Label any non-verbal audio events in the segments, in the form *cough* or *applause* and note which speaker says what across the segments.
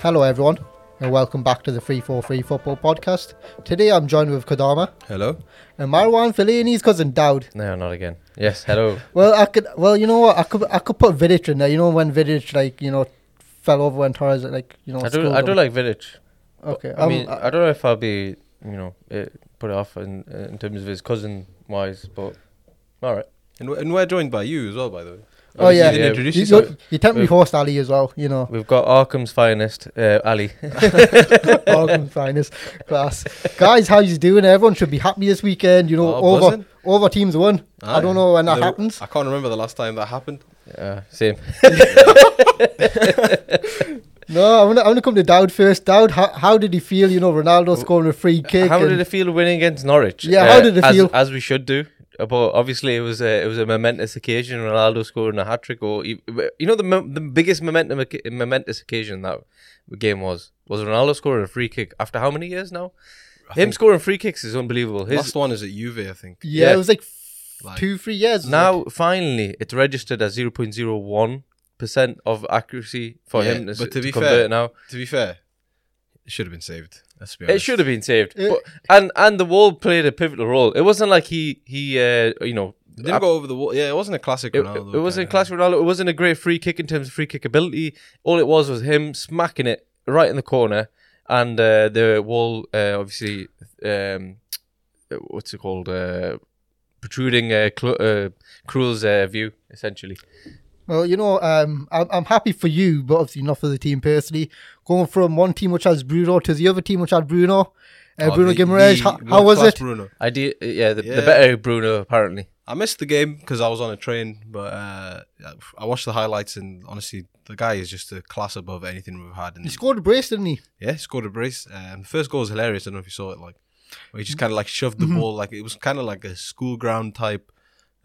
Speaker 1: Hello, everyone, and welcome back to the 343 Football Podcast. Today I'm joined with Kodama
Speaker 2: Hello.
Speaker 1: and Marwan Fellaini's cousin Dowd.
Speaker 3: No, not again. Yes, hello.
Speaker 1: Well, I could. Well, you know what? I could. I could put Vidic in there. You know when Vidic like you know fell over when Torres like you know.
Speaker 3: I do.
Speaker 1: schooled
Speaker 3: I do
Speaker 1: him?
Speaker 3: like Village.
Speaker 1: Okay.
Speaker 3: I
Speaker 1: um,
Speaker 3: mean,
Speaker 1: uh,
Speaker 3: I don't know if I'll be, you know, it, put it off in eh, in terms of his cousin wise, but all right.
Speaker 2: And, we're- and we're joined by you as well, by the way.
Speaker 1: Oh,
Speaker 2: you
Speaker 1: yeah.
Speaker 2: didn't
Speaker 3: Yeah,
Speaker 2: introduce
Speaker 1: you,
Speaker 2: yourself.
Speaker 1: you, you tempt me
Speaker 3: We've-
Speaker 1: host Ali as well. You
Speaker 3: *laughs*
Speaker 1: know,
Speaker 3: We've got Arkham's finest, uh,
Speaker 1: *laughs*
Speaker 3: Ali.
Speaker 1: Oregon finest class guys. How you doing? Everyone should be happy this weekend. You know,
Speaker 3: Uh,
Speaker 2: Oh,
Speaker 1: over
Speaker 2: buzzing.
Speaker 1: over teams won. I
Speaker 2: Aye.
Speaker 1: don't know when that
Speaker 2: The-
Speaker 1: happens.
Speaker 2: I can't remember the last time that happened.
Speaker 3: Uh, same.
Speaker 1: No, I'm gonna, I'm gonna come to Dowd first. Dowd, how, how did he feel? You know, Ronaldo scoring a free kick.
Speaker 3: How did
Speaker 1: and-
Speaker 3: it feel winning against Norwich?
Speaker 1: Yeah, how did it
Speaker 3: as,
Speaker 1: feel?
Speaker 3: As we should do. Uh, But obviously, it was a it was a momentous occasion. Ronaldo scoring a hat trick, or e- you know the mo- the biggest momentum oca- momentous occasion that game was was Ronaldo scoring a free kick after how many years now? Him
Speaker 2: think-
Speaker 3: scoring free kicks is unbelievable. His
Speaker 2: last one is at Juve, I think.
Speaker 1: yeah,
Speaker 3: yeah.
Speaker 1: it was like, f-
Speaker 2: Like-
Speaker 1: two, three years wasn't
Speaker 3: Now, finally, it's registered as 0.01% of accuracy for
Speaker 2: Yeah,
Speaker 3: him to,
Speaker 2: but
Speaker 3: to
Speaker 2: to be
Speaker 3: convert
Speaker 2: fair-
Speaker 3: now.
Speaker 2: To be fair, it should have been saved. Let's be honest.
Speaker 3: It should have been saved.
Speaker 1: It-
Speaker 3: But, and and the wall played a pivotal role. It wasn't like he, he uh, you know,
Speaker 2: It didn't go over the wall. Yeah, it wasn't a classic
Speaker 3: it,
Speaker 2: Ronaldo.
Speaker 3: it wasn't
Speaker 2: kinda.
Speaker 3: classic Ronaldo. It wasn't a great free kick in terms of free kick ability. All it was was him smacking it right in the corner, and uh, the wall uh, obviously um, what's it called uh, protruding uh, cl- uh, Krul's uh, view essentially.
Speaker 1: Well, you know, um, I'm, I'm happy for you, but obviously not for the team personally. Going from one team which has Bruno to the other team which had Bruno, uh,
Speaker 2: Oh,
Speaker 1: Bruno
Speaker 2: the-
Speaker 1: Guimaraes.
Speaker 2: the
Speaker 1: How, how was
Speaker 2: world-class
Speaker 1: it?
Speaker 2: Bruno.
Speaker 3: I do, yeah, the,
Speaker 2: Yeah.
Speaker 3: the better Bruno apparently.
Speaker 2: I missed the game because I was on a train, but uh, I watched the highlights and honestly, the guy is just a class above anything we've had.
Speaker 1: He
Speaker 2: And,
Speaker 1: scored a brace, didn't he?
Speaker 2: yeah, he scored a brace. Um, the first goal was hilarious. I don't know if you saw it. Like, where he just kind of like shoved the ball. Like it was kind of like a school ground type,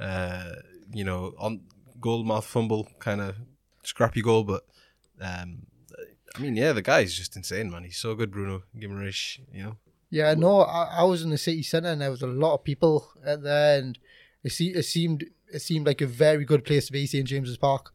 Speaker 2: uh, you know, on goal mouth fumble kind of scrappy goal. But um, I mean, yeah, the guy is just insane, man. He's so good, Bruno Guimaraes. You know,
Speaker 1: Yeah, no, I, I was in the city centre and there was a lot of people out there, and it, se- it seemed it seemed like a very good place to be, St James's Park.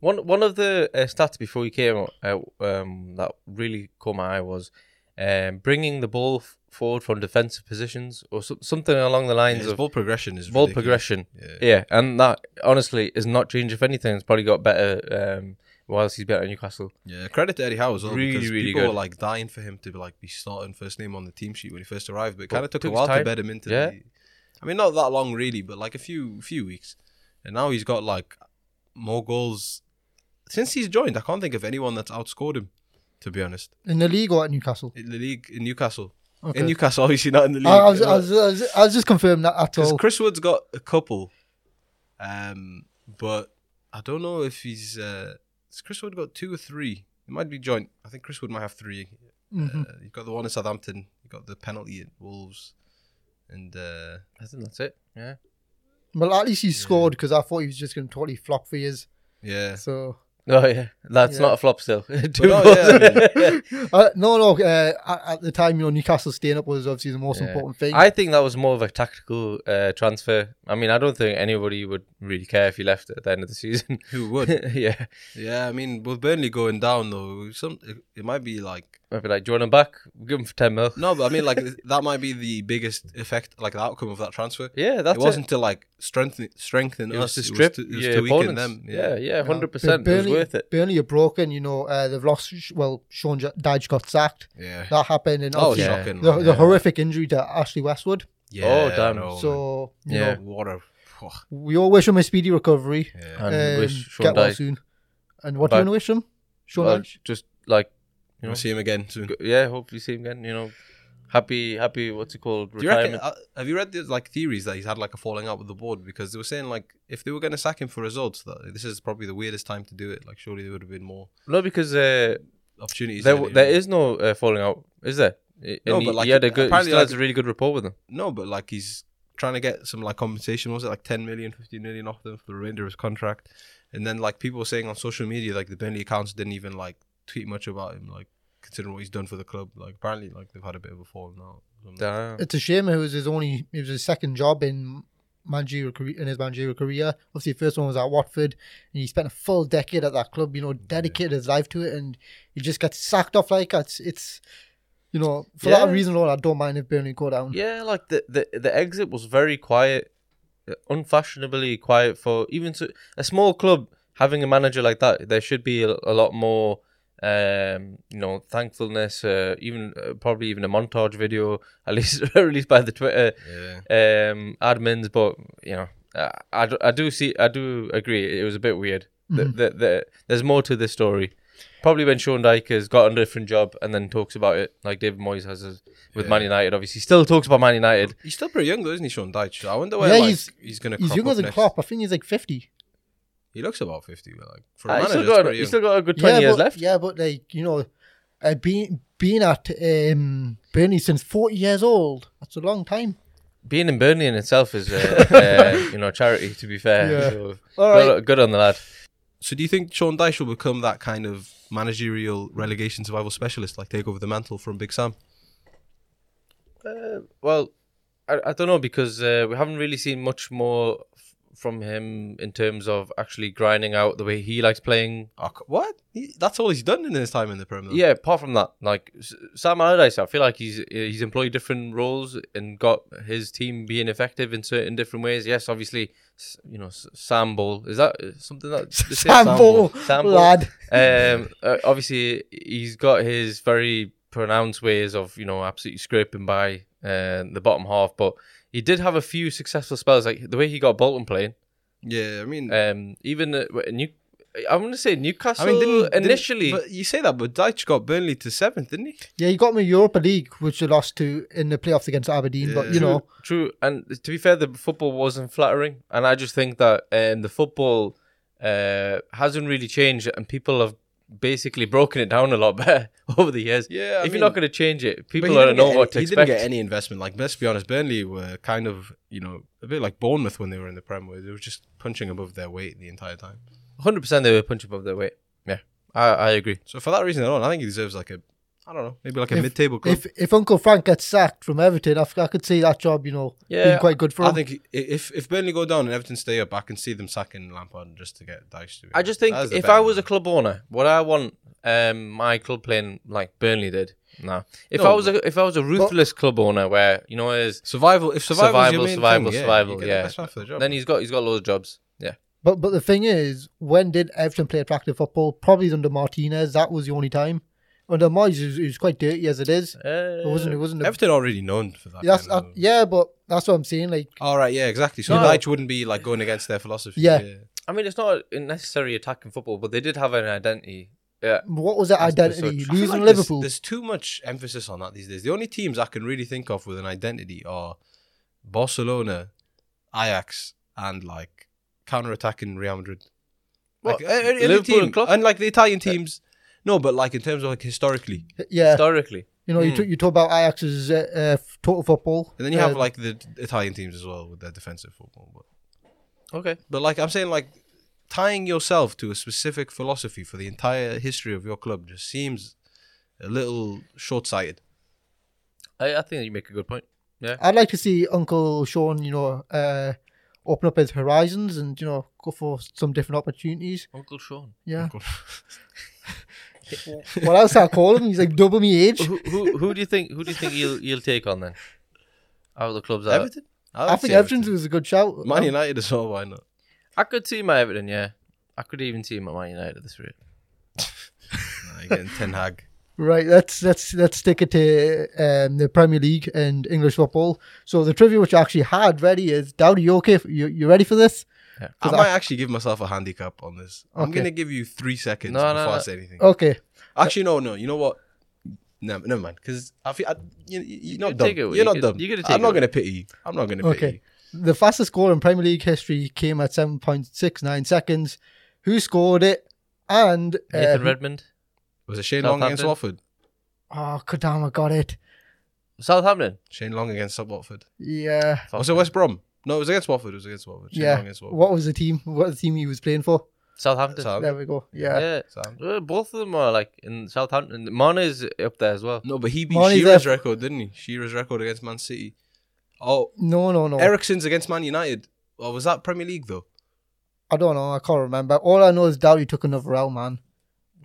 Speaker 3: One one of the uh, stats before you came out um, that really caught my eye was um, bringing the ball f- forward from defensive positions or so- something along the lines
Speaker 2: his
Speaker 3: of
Speaker 2: ball progression is
Speaker 3: ball
Speaker 2: ridiculous.
Speaker 3: progression.
Speaker 2: Yeah.
Speaker 3: Yeah, and that honestly is not changed. If anything, it's probably got better um, whilst he's better at Newcastle.
Speaker 2: Yeah, credit to Eddie Howe as well
Speaker 3: Really,
Speaker 2: because
Speaker 3: really
Speaker 2: people
Speaker 3: good.
Speaker 2: were like dying for him to be like be starting first name on the team sheet when he first arrived, but it
Speaker 3: But
Speaker 2: kind of took a
Speaker 3: took
Speaker 2: while to
Speaker 3: time.
Speaker 2: bed him into.
Speaker 3: Yeah.
Speaker 2: The, I mean, not that long really, but like a few few weeks, and now he's got like more goals since he's joined. I can't think of anyone that's outscored him. To be honest,
Speaker 1: In the league or at Newcastle?
Speaker 2: in the league in Newcastle,
Speaker 1: Okay.
Speaker 2: in Newcastle, *laughs* obviously not in the league.
Speaker 1: I, I was, I,
Speaker 2: *laughs*
Speaker 1: was, I, was, I was just confirming that at
Speaker 2: Because
Speaker 1: all.
Speaker 2: Chris Wood's got a couple, um, but I don't know if he's. Uh, has Chris Wood got two or three? It might be joint. I think Chris Wood might have three.
Speaker 1: Mhm.
Speaker 2: Uh, you've got the one in Southampton. You've got the penalty at Wolves, and uh,
Speaker 3: I think that's it. Yeah,
Speaker 1: Well, at least he scored because I thought he was just going to totally flop for years.
Speaker 2: yeah,
Speaker 1: So
Speaker 3: oh yeah, that's
Speaker 1: Yeah.
Speaker 3: not a flop still. *laughs* Two
Speaker 2: no,
Speaker 3: goals. *laughs*
Speaker 2: yeah,
Speaker 1: Uh, no, no. Uh, at, at the time, you know, Newcastle staying up was obviously the most
Speaker 3: Yeah.
Speaker 1: important thing.
Speaker 3: I think that was more of a tactical uh, transfer. I mean, I don't think anybody would really care if he left at the end of the season.
Speaker 2: who would?
Speaker 3: *laughs* yeah,
Speaker 2: yeah, I mean, with Burnley going down though, some it, it might be like
Speaker 3: I'd be like, do you want him back? Give him for ten mil.
Speaker 2: no, but I mean, like *laughs* that might be the biggest effect, like the outcome of that transfer.
Speaker 3: Yeah, that's
Speaker 2: it wasn't to like strengthen strengthen
Speaker 3: It
Speaker 2: us.
Speaker 3: was to strip
Speaker 2: it was to, it was
Speaker 3: your
Speaker 2: to weaken
Speaker 3: opponents.
Speaker 2: them.
Speaker 3: Yeah, yeah,
Speaker 1: You know,
Speaker 3: hundred percent. It was
Speaker 1: Burnley-
Speaker 3: worth it.
Speaker 1: Burnley are broken. You know, uh, they've lost. Well, Sean J- Dyche got sacked.
Speaker 2: yeah.
Speaker 1: That happened, and
Speaker 2: That was
Speaker 1: obviously
Speaker 3: Oh, yeah.
Speaker 2: shocking.
Speaker 1: the,
Speaker 2: man.
Speaker 1: the horrific injury to Ashley Westwood.
Speaker 2: Yeah,
Speaker 3: Oh,
Speaker 2: I
Speaker 3: damn.
Speaker 2: know, man.
Speaker 1: so you
Speaker 3: Yeah.
Speaker 1: know,
Speaker 2: what a.
Speaker 1: we all wish him a speedy recovery.
Speaker 2: Yeah.
Speaker 3: And
Speaker 1: Um,
Speaker 3: wish Sean
Speaker 1: get well
Speaker 3: Dyche.
Speaker 1: soon. And what
Speaker 3: But-
Speaker 1: do you want to wish him? Sean
Speaker 3: well,
Speaker 1: Dyche.
Speaker 3: just like
Speaker 2: We'll see him again soon.
Speaker 3: go- yeah, hopefully see him again. You know, happy, happy. What's it called?
Speaker 2: Do you reckon?
Speaker 3: Retirement.
Speaker 2: Uh, have you read the like theories that he's had like a falling out with the board because they were saying like if they were going to sack him for results, that this is probably the weirdest time to do it. Like surely there would have been more
Speaker 3: no, because uh,
Speaker 2: opportunities.
Speaker 3: there
Speaker 2: earlier.
Speaker 3: w- there is no uh, falling out, is there? I-
Speaker 2: No,
Speaker 3: and he,
Speaker 2: but, like,
Speaker 3: he had a good. He
Speaker 2: apparently,
Speaker 3: still has
Speaker 2: like-
Speaker 3: a really good rapport with them.
Speaker 2: no, but like he's trying to get some like compensation. Was it like 10 million, 15 million off them for the remainder of his contract? And then like people were saying on social media, like the Burnley accounts didn't even like tweet much about him, like considering what he's done for the club. Like apparently, like they've had a bit of a falling out.
Speaker 3: Damn.
Speaker 1: It's a shame it was his only, it was his second job in managerial career, in his managerial career. Obviously, the first one was at Watford, and he spent a full decade at that club. You know, dedicated his life to it, and he just got sacked off like that. It's, it's you know, for
Speaker 3: Yeah.
Speaker 1: that reason alone, I don't mind if Burnley go down.
Speaker 3: Yeah, like the, the the exit was very quiet, uh, unfashionably quiet for even to a small club having a manager like that. There should be a, a lot more, um, you know, thankfulness. Uh, even uh, probably even a montage video, *laughs* at least released by the uh, Twitter
Speaker 2: Yeah.
Speaker 3: um, admins. But you know, I, I, do- I do see, I do agree. It was a bit weird. The-
Speaker 1: Mm-hmm.
Speaker 3: the- the- there's more to this story. Probably when Sean Dyke has got a different job and then talks about it, like David Moyes has his- with Man United. Obviously, still talks about Man United.
Speaker 2: He's still pretty young though, isn't he, Sean Dyche? I wonder where
Speaker 1: Yeah,
Speaker 2: like, he's,
Speaker 1: he's-
Speaker 2: gonna.
Speaker 1: He's
Speaker 2: crop
Speaker 1: younger
Speaker 2: up
Speaker 1: than
Speaker 2: next.
Speaker 1: Klopp. I think he's like fifty.
Speaker 2: He looks about fifty, but like for a
Speaker 3: Uh, he's,
Speaker 2: manager,
Speaker 3: still
Speaker 2: it's
Speaker 3: got,
Speaker 2: pretty
Speaker 3: he's
Speaker 2: young.
Speaker 3: still got a good twenty
Speaker 1: yeah,
Speaker 3: years
Speaker 1: but,
Speaker 3: left.
Speaker 1: Yeah, but like you know, uh, being being at um, Burnley since forty years old. That's a long time.
Speaker 3: Being in Burnley in itself is,
Speaker 1: *laughs*
Speaker 3: uh, uh, you know, charity. To be fair,
Speaker 1: Yeah.
Speaker 3: So,
Speaker 1: All
Speaker 3: good,
Speaker 1: right.
Speaker 3: good on the lad.
Speaker 2: So do you think Sean Dyche will become that kind of managerial relegation survival specialist, like take over the mantle from Big Sam?
Speaker 3: Uh, well, I, I don't know because uh, we haven't really seen much more f- from him in terms of actually grinding out the way he likes playing.
Speaker 2: Oh, c- what? He, that's all he's done in his time in the Premier. League.
Speaker 3: Yeah, apart from that, like S- Sam Allardyce, I feel like he's he's employed different roles and got his team being effective in certain different ways. Yes, obviously, s- you know, s- Sam Ball is that uh,
Speaker 2: *laughs*
Speaker 3: something that they say?
Speaker 1: Sam Ball,
Speaker 3: Sam Ball.
Speaker 1: lad.
Speaker 3: um, uh, obviously he's got his very pronounced ways of you know absolutely scraping by uh, the bottom half, but he did have a few successful spells. Like the way he got Bolton playing,
Speaker 2: Yeah, I mean,
Speaker 3: um, even uh, New, I'm going to say Newcastle.
Speaker 2: I mean, didn't, didn't-
Speaker 3: initially,
Speaker 2: but you say that, but Dyche got Burnley to seventh, didn't he?
Speaker 1: Yeah, he got me Europa League, which they lost to in the playoffs against Aberdeen. But you know,
Speaker 3: True, and to be fair, the football wasn't flattering, and I just think that um, the football uh, hasn't really changed, and people have basically broken it down a lot *laughs* better over the years.
Speaker 2: Yeah, I
Speaker 3: if
Speaker 2: mean-
Speaker 3: you're not going to change it,
Speaker 2: But
Speaker 3: people
Speaker 2: he
Speaker 3: don't
Speaker 2: didn't
Speaker 3: know
Speaker 2: get
Speaker 3: what to
Speaker 2: any- he
Speaker 3: expect.
Speaker 2: didn't get any investment. Like, let's be honest, Burnley were kind of, you know, a bit like Bournemouth when they were in the Premier. League. They were just punching above their weight the entire time.
Speaker 3: Hundred percent, they were punching above their weight. Yeah, I, I agree.
Speaker 2: So for that reason alone, I think he deserves like a, I don't know, maybe like a
Speaker 1: If-
Speaker 2: mid-table club.
Speaker 1: if if Uncle Frank gets sacked from Everton, I, f- I could see that job. You know,
Speaker 3: Yeah,
Speaker 1: being quite good for
Speaker 2: I
Speaker 1: him.
Speaker 2: think i- if if Burnley go down and Everton stay up, I can see them sacking Lampard just to get Dyche to. be
Speaker 3: I
Speaker 2: honest.
Speaker 3: just think
Speaker 2: That's the
Speaker 3: if
Speaker 2: better
Speaker 3: I was a
Speaker 2: move.
Speaker 3: club owner, what I want um, my club playing like Burnley did. No, if
Speaker 2: No,
Speaker 3: I was a, if I was a ruthless club owner, where you know is
Speaker 2: survival, if survival,
Speaker 3: survival,
Speaker 2: is your main
Speaker 3: survival,
Speaker 2: thing,
Speaker 3: survival,
Speaker 2: yeah, you get
Speaker 3: yeah.
Speaker 2: the best man for the job.
Speaker 3: then he's got he's got loads of jobs. Yeah,
Speaker 1: But but the thing is, when did Everton play attractive football? Probably under Martinez. That was the only time. Under Moyes, he was, he was quite dirty as it is.
Speaker 3: Uh,
Speaker 1: It wasn't. It wasn't. A,
Speaker 2: Everton already known for that.
Speaker 1: that's
Speaker 2: kind
Speaker 1: uh,
Speaker 2: of-
Speaker 1: yeah, but that's what I'm saying. Like
Speaker 2: All right, yeah, exactly. So
Speaker 3: No.
Speaker 2: Dyche wouldn't be like going against their philosophy.
Speaker 1: Yeah.
Speaker 3: I mean, it's not a necessary attacking football, but they did have an identity. Yeah,
Speaker 1: what was that
Speaker 3: As per
Speaker 1: identity?
Speaker 3: such.
Speaker 2: I feel
Speaker 1: Losing
Speaker 2: like there's-
Speaker 1: Liverpool.
Speaker 2: There's, too much emphasis on that these days. The only teams I can really think of with an identity are Barcelona, Ajax, and like counter-attacking Real Madrid. Like,
Speaker 3: What?
Speaker 2: a- a- any
Speaker 3: Liverpool
Speaker 2: team,
Speaker 3: and Klopp?
Speaker 2: like the Italian teams. No, but like in terms of like historically,
Speaker 3: uh,
Speaker 1: yeah,
Speaker 3: historically.
Speaker 1: you know, you, talk, you talk about Ajax's uh, uh, f- total football,
Speaker 2: Hmm. and then you have
Speaker 1: uh,
Speaker 2: like the Italian teams as well with their defensive football. But,
Speaker 3: Okay.
Speaker 2: but like I'm saying, like tying yourself to a specific philosophy for the entire history of your club just seems a little short-sighted.
Speaker 3: I, I think you make a good point. Yeah.
Speaker 1: I'd like to see Uncle Sean, you know, uh, open up his horizons and you know go for some different opportunities.
Speaker 3: Uncle Sean.
Speaker 1: Yeah. what else I call him? He's like double me age.
Speaker 3: who, who who do you think who do you think you'll you'll take on then? Out of the clubs, out.
Speaker 2: Everton. would
Speaker 1: I think
Speaker 2: say
Speaker 1: Everton was a good shout.
Speaker 2: Man United as well. Why not?
Speaker 3: I could see my Everton. Yeah, I could even see my Man United at this rate.
Speaker 2: Nah, you're getting Ten Hag.
Speaker 1: Right, let's let's let's stick it to um, the Premier League and English football. So the trivia which I actually had ready is Dowdy, you okay? f- You you ready for this?
Speaker 2: I
Speaker 1: *laughs* 'Cause
Speaker 2: might actually give myself a handicap on this. I'm
Speaker 1: Okay. Oh.
Speaker 2: gonna give you three seconds
Speaker 3: No, no,
Speaker 2: before I
Speaker 3: no.
Speaker 2: say anything.
Speaker 1: Okay.
Speaker 2: Actually, no, no. You know what? No, never mind. Because I feel I, you, you're not
Speaker 3: could
Speaker 2: dumb.
Speaker 3: take it,
Speaker 2: You're
Speaker 3: you
Speaker 2: not
Speaker 3: could-
Speaker 2: dumb.
Speaker 3: you could take
Speaker 2: I'm not
Speaker 3: it.
Speaker 2: gonna pity you. I'm not gonna pity
Speaker 1: Okay. The fastest score in Premier League history came at 7.69 seconds. Who scored it? And
Speaker 3: Nathan
Speaker 1: um,
Speaker 3: Redmond,
Speaker 2: you. Was it Shane Long against
Speaker 3: Southampton?
Speaker 2: Watford?
Speaker 1: Oh, Kodama got it.
Speaker 3: Southampton.
Speaker 2: Shane Long against Watford.
Speaker 1: Yeah.
Speaker 2: Oh. Was it West Brom? No, it was against Watford. It was against Watford. Shane Long
Speaker 1: yeah.
Speaker 2: against Watford.
Speaker 1: What was the team? What the team he was playing for?
Speaker 3: Southampton.
Speaker 1: There
Speaker 2: Southampton.
Speaker 1: we go. Yeah.
Speaker 3: yeah.
Speaker 2: Southampton.
Speaker 3: Uh, Both of them are like in Southampton. Mane's up there as well.
Speaker 2: No, but he beat
Speaker 1: Marnie's
Speaker 2: Shearer's
Speaker 1: there.
Speaker 2: record, didn't he? Shearer's record against Man City. Oh,
Speaker 1: No, no, no.
Speaker 2: Ericsson's against Man United. Oh, was that Premier League though?
Speaker 1: I don't know. I can't remember. All I know is Dowdy took another L, man.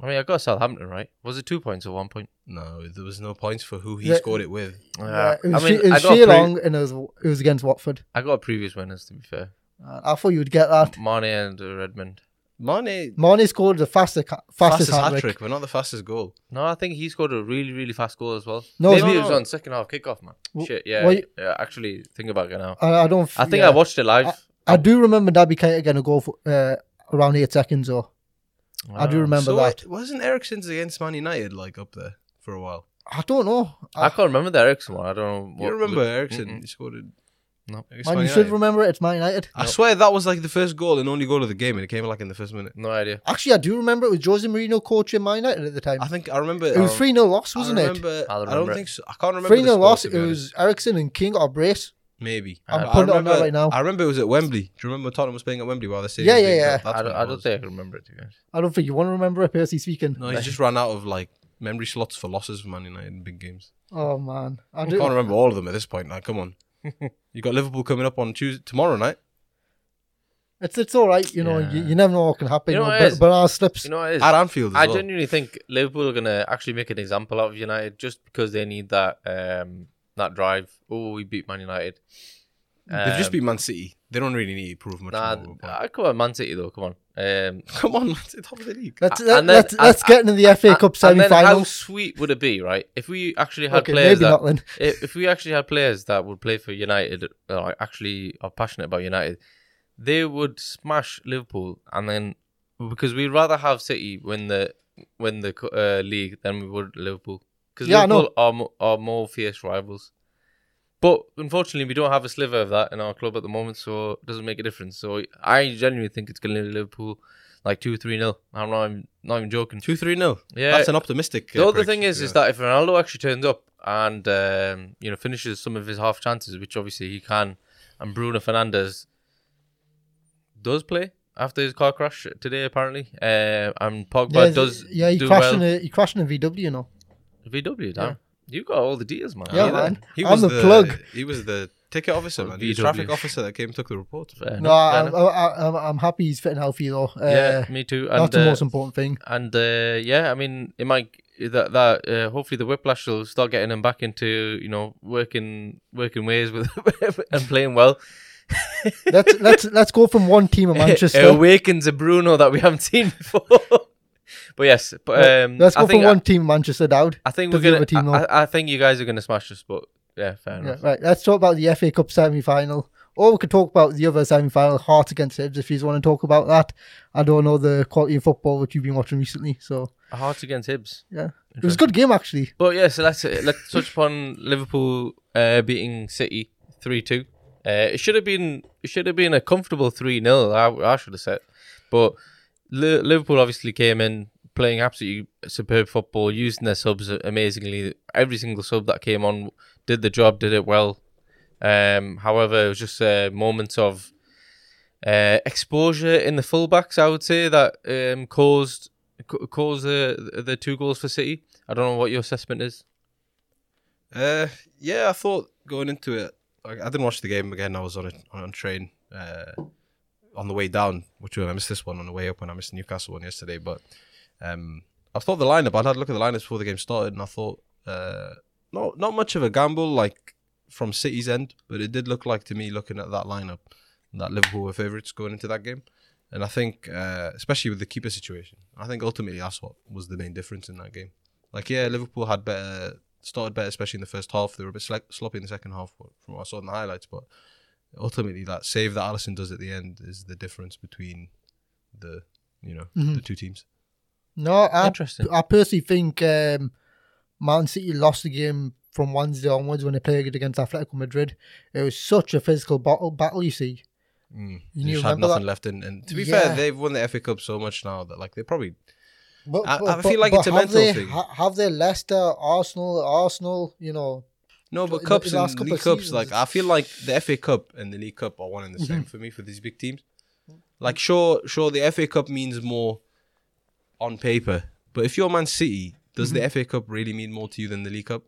Speaker 3: I mean, I got Southampton right. Was it two points or one point?
Speaker 2: No, there was no points for who he
Speaker 1: Yeah.
Speaker 2: scored it with.
Speaker 1: Yeah, it was,
Speaker 3: Uh, I mean,
Speaker 1: it was
Speaker 3: I, got a pre-
Speaker 1: Geelong and it was, it was against Watford.
Speaker 3: I got previous winners to be fair.
Speaker 1: Uh, I thought you would get that.
Speaker 3: Mane and uh, Redmond.
Speaker 2: Mane
Speaker 1: Marnie scored the fastest, ca- fastest,
Speaker 2: fastest
Speaker 1: hat
Speaker 2: hat
Speaker 1: trick.
Speaker 2: trick, but not the fastest goal.
Speaker 3: No, I think he scored a really, really fast goal as well.
Speaker 1: No,
Speaker 3: Maybe
Speaker 1: no,
Speaker 3: it was
Speaker 2: no.
Speaker 3: on second half kickoff, man.
Speaker 1: W-
Speaker 3: Shit, yeah,
Speaker 1: why-
Speaker 3: yeah. Actually, think about it now.
Speaker 1: I, I don't. f-
Speaker 3: I think
Speaker 1: yeah.
Speaker 3: I watched it live.
Speaker 1: I do remember Naby Keita getting a goal for uh, around eight seconds, though. I do
Speaker 3: Ah.
Speaker 1: remember
Speaker 2: so
Speaker 1: that.
Speaker 2: it- wasn't Ericsson's against Man United like up there for a while?
Speaker 1: I don't know.
Speaker 3: I
Speaker 1: I,
Speaker 3: can't remember the Ericsson one. I don't know.
Speaker 2: you remember Ericsson?
Speaker 3: Mm-mm.
Speaker 2: He scored it.
Speaker 3: No.
Speaker 2: against
Speaker 1: man,
Speaker 2: Man
Speaker 1: you should
Speaker 2: United.
Speaker 1: remember it. It's Man United.
Speaker 2: I swear that was like the first goal and only goal of the game, and it came like in the first minute.
Speaker 3: No idea.
Speaker 1: Actually, I do remember it was Jose Mourinho coaching Man United at the time.
Speaker 2: I think I remember. um,
Speaker 1: it was
Speaker 2: I-
Speaker 1: 3 0 loss, wasn't
Speaker 2: I
Speaker 1: it?
Speaker 2: remember,
Speaker 3: I'll
Speaker 2: I don't
Speaker 3: remember
Speaker 2: think so. I can't remember.
Speaker 1: 3
Speaker 2: the
Speaker 1: 0
Speaker 2: score,
Speaker 1: loss.
Speaker 2: to
Speaker 1: It
Speaker 2: be honest.
Speaker 1: was Ericsson and King got a brace.
Speaker 2: maybe.
Speaker 1: I'm
Speaker 2: I
Speaker 1: putting it on
Speaker 2: remember,
Speaker 1: there right now.
Speaker 2: I remember it was at Wembley. Do you remember Tottenham was playing at Wembley while they
Speaker 1: Yeah, yeah, yeah.
Speaker 3: I don't, I don't think I can remember it. To be honest.
Speaker 1: I don't think you want to remember it, Percy speaking.
Speaker 2: No, he just ran out of like memory slots for losses for Man United in big games.
Speaker 1: Oh, man. I
Speaker 2: Can't
Speaker 1: do.
Speaker 2: remember all of them at this point. Now,
Speaker 1: *laughs*
Speaker 2: come on. you got Liverpool coming up on Tuesday tomorrow night.
Speaker 1: It's, it's all right. You know,
Speaker 3: Yeah.
Speaker 1: you, you never know what can happen.
Speaker 3: You know
Speaker 1: but
Speaker 3: what it is?
Speaker 1: but our slips.
Speaker 3: You know what it is?
Speaker 2: At Anfield as
Speaker 3: I
Speaker 2: well.
Speaker 3: genuinely think Liverpool are going to actually make an example out of United just because they need that um, that drive. Oh, we beat Man United.
Speaker 2: They've just
Speaker 3: Um,
Speaker 2: beat Man City. They don't really need to prove much.
Speaker 3: Nah,
Speaker 2: more of a point.
Speaker 3: I come on, Man City though. Come on. Um,
Speaker 2: Come on, man. They're top of the league.
Speaker 1: Let's,
Speaker 3: A-
Speaker 1: let,
Speaker 3: and then-
Speaker 1: let's, let's
Speaker 3: and-
Speaker 1: get into the FA Cup
Speaker 3: Uh, and
Speaker 1: semi
Speaker 3: then how
Speaker 1: finals.
Speaker 3: sweet would it be, right? If we actually had
Speaker 1: Okay,
Speaker 3: players
Speaker 1: maybe
Speaker 3: that
Speaker 1: not then.
Speaker 3: if, if we actually had players that would play for United, uh, like, actually are passionate about United, they would smash Liverpool, and then because we'd rather have City win the win the co- uh, league than we would Liverpool because
Speaker 1: Yeah, I know.
Speaker 3: Liverpool are mo- are more fierce rivals. But unfortunately, we don't have a sliver of that in our club at the moment, so it doesn't make a difference. So I genuinely think it's going to be Liverpool like two, three nil. I'm not, even not even joking.
Speaker 2: 2 3 0.
Speaker 3: Yeah,
Speaker 2: That's an optimistic. uh,
Speaker 3: the other thing is, is that if Ronaldo actually turns up and um, you know finishes some of his half chances, which obviously he can, and Bruno Fernandes does play after his car crash today, apparently, uh, and Pogba
Speaker 1: Yeah,
Speaker 3: does
Speaker 1: yeah, he
Speaker 3: do
Speaker 1: crashed
Speaker 3: well.
Speaker 1: in a he crashed in a VW, you know.
Speaker 3: VW, damn, you got all the deals, man.
Speaker 1: Yeah,
Speaker 3: Look at
Speaker 1: man.
Speaker 3: that.
Speaker 2: he
Speaker 1: I'm
Speaker 2: was
Speaker 1: the plug.
Speaker 2: He was the ticket officer, man. He was the
Speaker 3: VW.
Speaker 2: traffic officer that came and took the report.
Speaker 3: Fair
Speaker 1: No,
Speaker 3: enough,
Speaker 1: I,
Speaker 3: fair enough.
Speaker 1: I, I, I'm, I'm happy he's fit and healthy though. Uh,
Speaker 3: yeah, me too. And,
Speaker 1: that's the
Speaker 3: uh,
Speaker 1: most important thing.
Speaker 3: And uh, yeah, I mean, it might that that uh, hopefully the whiplash will start getting him back into you know working working ways with *laughs* and playing well.
Speaker 1: let's let's let's go from one team of
Speaker 3: *laughs* It
Speaker 1: Manchester.
Speaker 3: awakens a Bruno that we haven't seen before. *laughs* but yes, but um,
Speaker 1: let's go
Speaker 3: I
Speaker 1: from
Speaker 3: think
Speaker 1: one team of Manchester, Dowd.
Speaker 3: I, I think
Speaker 1: to
Speaker 3: we're
Speaker 1: the other
Speaker 3: gonna.
Speaker 1: team,
Speaker 3: I, I- I think you guys are gonna smash us, but yeah, fair
Speaker 1: Yeah,
Speaker 3: enough.
Speaker 1: right, let's talk about the FA Cup semi-final. Or we could talk about the other semi-final, Hearts against Hibs, if you want to talk about that. I don't know the quality of football that you've been watching recently, so
Speaker 3: Hearts against Hibs.
Speaker 1: yeah, it was a good game actually.
Speaker 3: But yeah, so let's uh, let's touch upon Liverpool uh, beating City three two. Uh, it should have been it should have been a comfortable three 0 I, I should have said, but Li- Liverpool obviously came in playing absolutely superb football, using their subs amazingly. Every single sub that came on did the job, did it well. Um, however, it was just uh, moments of uh, exposure in the fullbacks, I would say, that um, caused ca- caused the the two goals for City. I don't know what your assessment is.
Speaker 2: Uh, yeah, I thought going into it, like, I didn't watch the game again. I was on a on a train uh, on the way down, which one I missed this one on the way up, and I missed the Newcastle one yesterday. But um, I thought the lineup. I'd had a look at the lineups before the game started, and I thought uh, not not much of a gamble like from City's end, but it did look like to me looking at that lineup that Liverpool were favourites going into that game. And I think, uh, especially with the keeper situation, I think ultimately that's what was the main difference in that game. Like, yeah, Liverpool had better started better, especially in the first half. They were a bit sla- sloppy in the second half, but from what I saw in the highlights. But ultimately, that save that Allison does at the end is the difference between the you know
Speaker 1: Mhm.
Speaker 2: the two teams.
Speaker 1: No,
Speaker 2: Uh,
Speaker 1: I,
Speaker 3: Interesting.
Speaker 1: I personally think um, Man City lost the game from Wednesday onwards when they played against Atletico Madrid. It was such a physical battle, battle you see.
Speaker 2: They
Speaker 1: You
Speaker 2: just had
Speaker 1: remember
Speaker 2: nothing
Speaker 1: that?
Speaker 2: left in, and to be
Speaker 1: Yeah.
Speaker 2: fair, they've won the FA Cup so much now that like they probably
Speaker 1: But,
Speaker 2: I- I feel like it's a
Speaker 1: have
Speaker 2: mental
Speaker 1: they,
Speaker 2: thing.
Speaker 1: ha- have they Leicester, Arsenal, Arsenal, you know,
Speaker 2: no, but
Speaker 1: In the-
Speaker 2: cups
Speaker 1: in the
Speaker 2: and
Speaker 1: last couple
Speaker 2: league
Speaker 1: of
Speaker 2: cups
Speaker 1: seasons, Mm-hmm.
Speaker 2: like
Speaker 1: it's-
Speaker 2: I feel like the FA Cup and the League Cup are one and the same for me for these big teams. Like, sure, sure, the FA Cup means more on paper, but if you're Man City, does
Speaker 1: Mm-hmm.
Speaker 2: the FA Cup really mean more to you than the League Cup?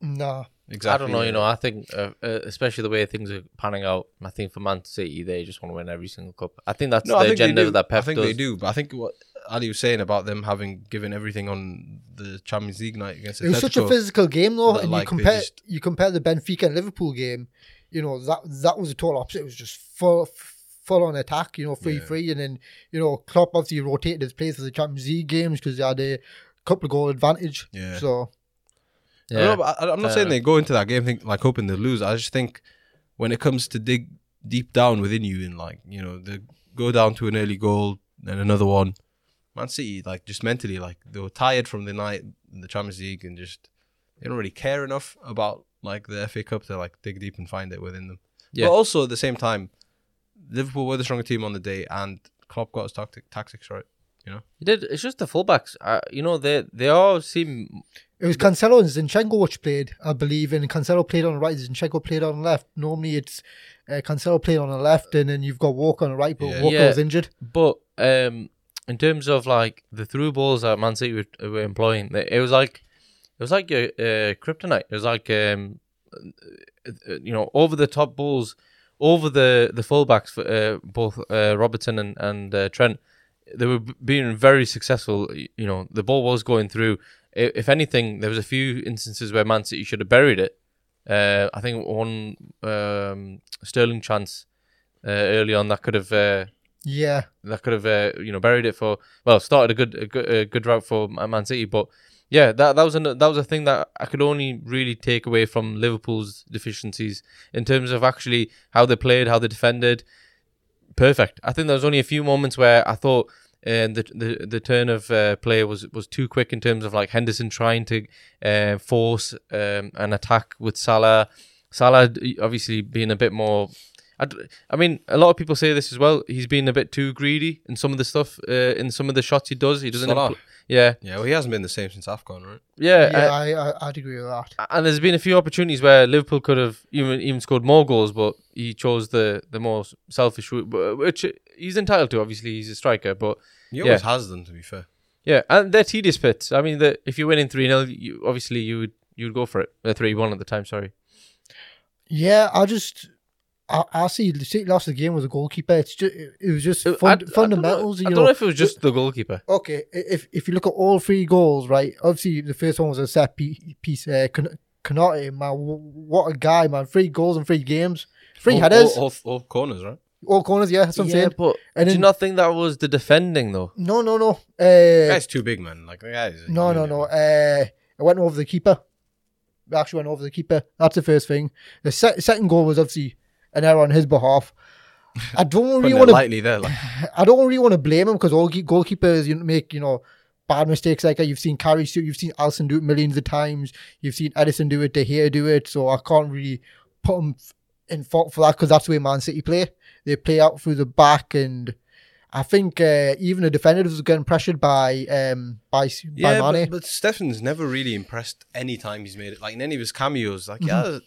Speaker 1: Nah.
Speaker 2: Exactly.
Speaker 3: I don't know.
Speaker 2: yeah.
Speaker 3: You know, I think uh, uh, especially the way things are panning out. I think for Man City, they just want to win every single cup. I think that's
Speaker 2: No, I
Speaker 3: the
Speaker 2: think they
Speaker 3: agenda
Speaker 2: do.
Speaker 3: that Pep
Speaker 2: I think
Speaker 3: does.
Speaker 2: they do, but I think what Ali was saying about them having given everything on the Champions League night against
Speaker 1: It was such a
Speaker 2: Atletico,
Speaker 1: physical game though,
Speaker 2: that,
Speaker 1: and
Speaker 2: like,
Speaker 1: you
Speaker 2: they
Speaker 1: compare
Speaker 2: just-
Speaker 1: you compare the Benfica and Liverpool game, you know that that was a total opposite. It was just full full on attack, you know, free
Speaker 2: Yeah.
Speaker 1: free, and then you know Klopp obviously rotated his players for the Champions League games because they had a couple of goal advantage.
Speaker 2: Yeah.
Speaker 1: So
Speaker 2: I
Speaker 3: Yeah.
Speaker 2: don't know, but I, I'm not
Speaker 3: Fair
Speaker 2: saying they go into that game think like hoping they lose. I just think when it comes to dig deep down within you and like you know they go down to an early goal and another one. Man City like just mentally like they were tired from the night in the Champions League and just they don't really care enough about like the FA Cup to like dig deep and find it within them.
Speaker 3: Yeah.
Speaker 2: But also at the same time, Liverpool were the stronger team on the day and Klopp got his tactic, tactics right.
Speaker 3: He did. It's just the fullbacks. Uh, you know, they they all seem.
Speaker 1: it was Cancelo and Zinchenko which played, I believe, and Cancelo played on the right, Zinchenko played on the left. Normally it's uh, Cancelo played on the left, and then you've got Walker on the right, but
Speaker 2: Yeah.
Speaker 1: Walker
Speaker 3: Yeah.
Speaker 1: was injured.
Speaker 3: But um, in terms of like the through balls that Man City were, were employing, they- it was like it was like a, uh kryptonite. It was like um, uh, uh, you know, over the top balls, over the the fullbacks for uh, both uh, Robertson and and uh, Trent. They were b- being very successful. y- You know, the ball was going through. I- If anything, there was a few instances where Man City should have buried it. Uh, I think one um, Sterling chance uh, early on that could have. Uh,
Speaker 1: Yeah,
Speaker 3: that could have uh, you know buried it for well started a good a good, a good route for Man Man City, but yeah, that that was an, that was a thing that I could only really take away from Liverpool's deficiencies in terms of actually how they played, how they defended. Perfect. I think there was only a few moments where I thought um, the, the the turn of uh, play was was too quick in terms of like Henderson trying to uh, force um, an attack with Salah. Salah d- obviously being a bit more. I, d- I mean, a lot of people say this as well. He's been a bit too greedy in some of the stuff, uh, in some of the shots he does. He doesn't.
Speaker 2: Salah.
Speaker 3: impl- yeah,
Speaker 2: Yeah, well he hasn't been the same since Afcon, right?
Speaker 3: yeah.
Speaker 1: yeah, I, I I'd agree with that.
Speaker 3: uh, and there's been a few opportunities where Liverpool could have even even scored more goals, but he chose the the more selfish route, but- which he's entitled to. Obviously, he's a striker, but
Speaker 2: He always has them to be fair.
Speaker 3: yeah, and they're tedious pits. I mean, the, if you're winning three 0 you obviously you would you would go for it. Uh, Three one at the time. Sorry.
Speaker 1: Yeah, I just. I, I see the City lost the game with a goalkeeper. It's just it was just fun,
Speaker 3: Uh, I- I
Speaker 1: fundamentals.
Speaker 3: don't know, I
Speaker 1: you know.
Speaker 3: don't know if it was just the goalkeeper.
Speaker 1: okay, i- if if you look at all three goals, right? Obviously, the first one was a set pe- piece. Uh, Kon- Konate, man, w- what a guy, man! Three goals in three games, three
Speaker 2: all,
Speaker 1: headers, all,
Speaker 2: all, all, all corners, right?
Speaker 1: corners. Yeah, that's what I'm
Speaker 3: Oh, yeah,
Speaker 1: saying.
Speaker 3: but
Speaker 1: And
Speaker 3: do you
Speaker 1: then-
Speaker 3: not think that was the defending though?
Speaker 1: No, no, no.
Speaker 2: The
Speaker 1: Uh,
Speaker 2: guy's too big, man. Like the guy's a
Speaker 1: no, no,
Speaker 2: unit,
Speaker 1: no.
Speaker 2: man.
Speaker 1: Uh, it went over the keeper. It actually went over the keeper. That's the first thing. The se- second goal was obviously an error on his behalf. I
Speaker 3: *laughs*
Speaker 1: don't
Speaker 2: Putting
Speaker 1: really
Speaker 2: it
Speaker 1: want to
Speaker 2: lightly there, like
Speaker 1: I don't really want to blame him because all ge- goalkeepers you know, make you know bad mistakes like that. You've seen Carey do, you've seen Allison do it millions of times, you've seen Edison do it, De Gea do it. So I can't really put him f- in fault for that because that's the way Man City play. They play out through the back, and I think uh, even the defenders was getting pressured by um by S-
Speaker 2: yeah,
Speaker 1: by Mane.
Speaker 2: but, but Stefan's never really impressed any time he's made it. Like in any of his cameos, like
Speaker 1: Mm-hmm.
Speaker 2: yeah,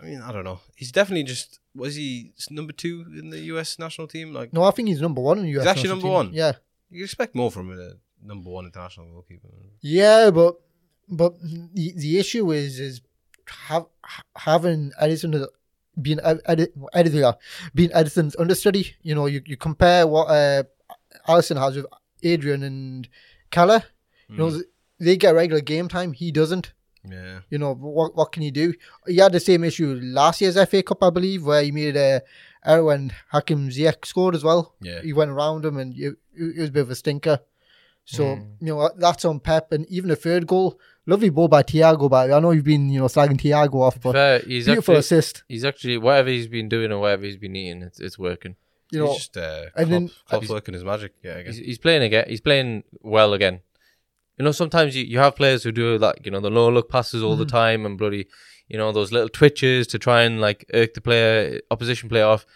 Speaker 2: I mean, I don't know. He's definitely just was he s- number two in the U.S. national team? Like
Speaker 1: no, I think he's number one in the US.
Speaker 2: actually
Speaker 1: national
Speaker 2: number
Speaker 1: team.
Speaker 2: one.
Speaker 1: Yeah,
Speaker 2: you expect more from a number one international goalkeeper.
Speaker 1: yeah, but but the, the issue is is have, having Edison as- being Ed- Ed- Edison being Edison's understudy. You know, you, you compare what uh, Allison has with Adrian and Keller. You know, they get regular game time. He doesn't.
Speaker 2: Mm. Yeah,
Speaker 1: You know, what what can you do? He had the same issue last year's FA Cup, I believe, where he made a error when Hakim Ziyech scored as well
Speaker 2: yeah.
Speaker 1: he went around him and it, it was a bit of a stinker. So you know that's on Pep, and even the third goal, lovely ball by Thiago. By the way. I know you've been you know slagging Thiago off, but
Speaker 3: Fair, he's
Speaker 1: beautiful
Speaker 3: actually,
Speaker 1: assist.
Speaker 3: he's actually whatever he's been doing or whatever he's been eating, it's, it's working.
Speaker 1: You know,
Speaker 2: he's just uh,
Speaker 1: and
Speaker 2: and
Speaker 1: then-
Speaker 2: then Klopp's working his magic. Yeah, I
Speaker 3: He's,
Speaker 2: guess.
Speaker 3: he's playing again. He's playing well again. You know, sometimes you, you have players who do like you know the low look passes all the time and bloody you know those little twitches to try and like irk the player opposition player off.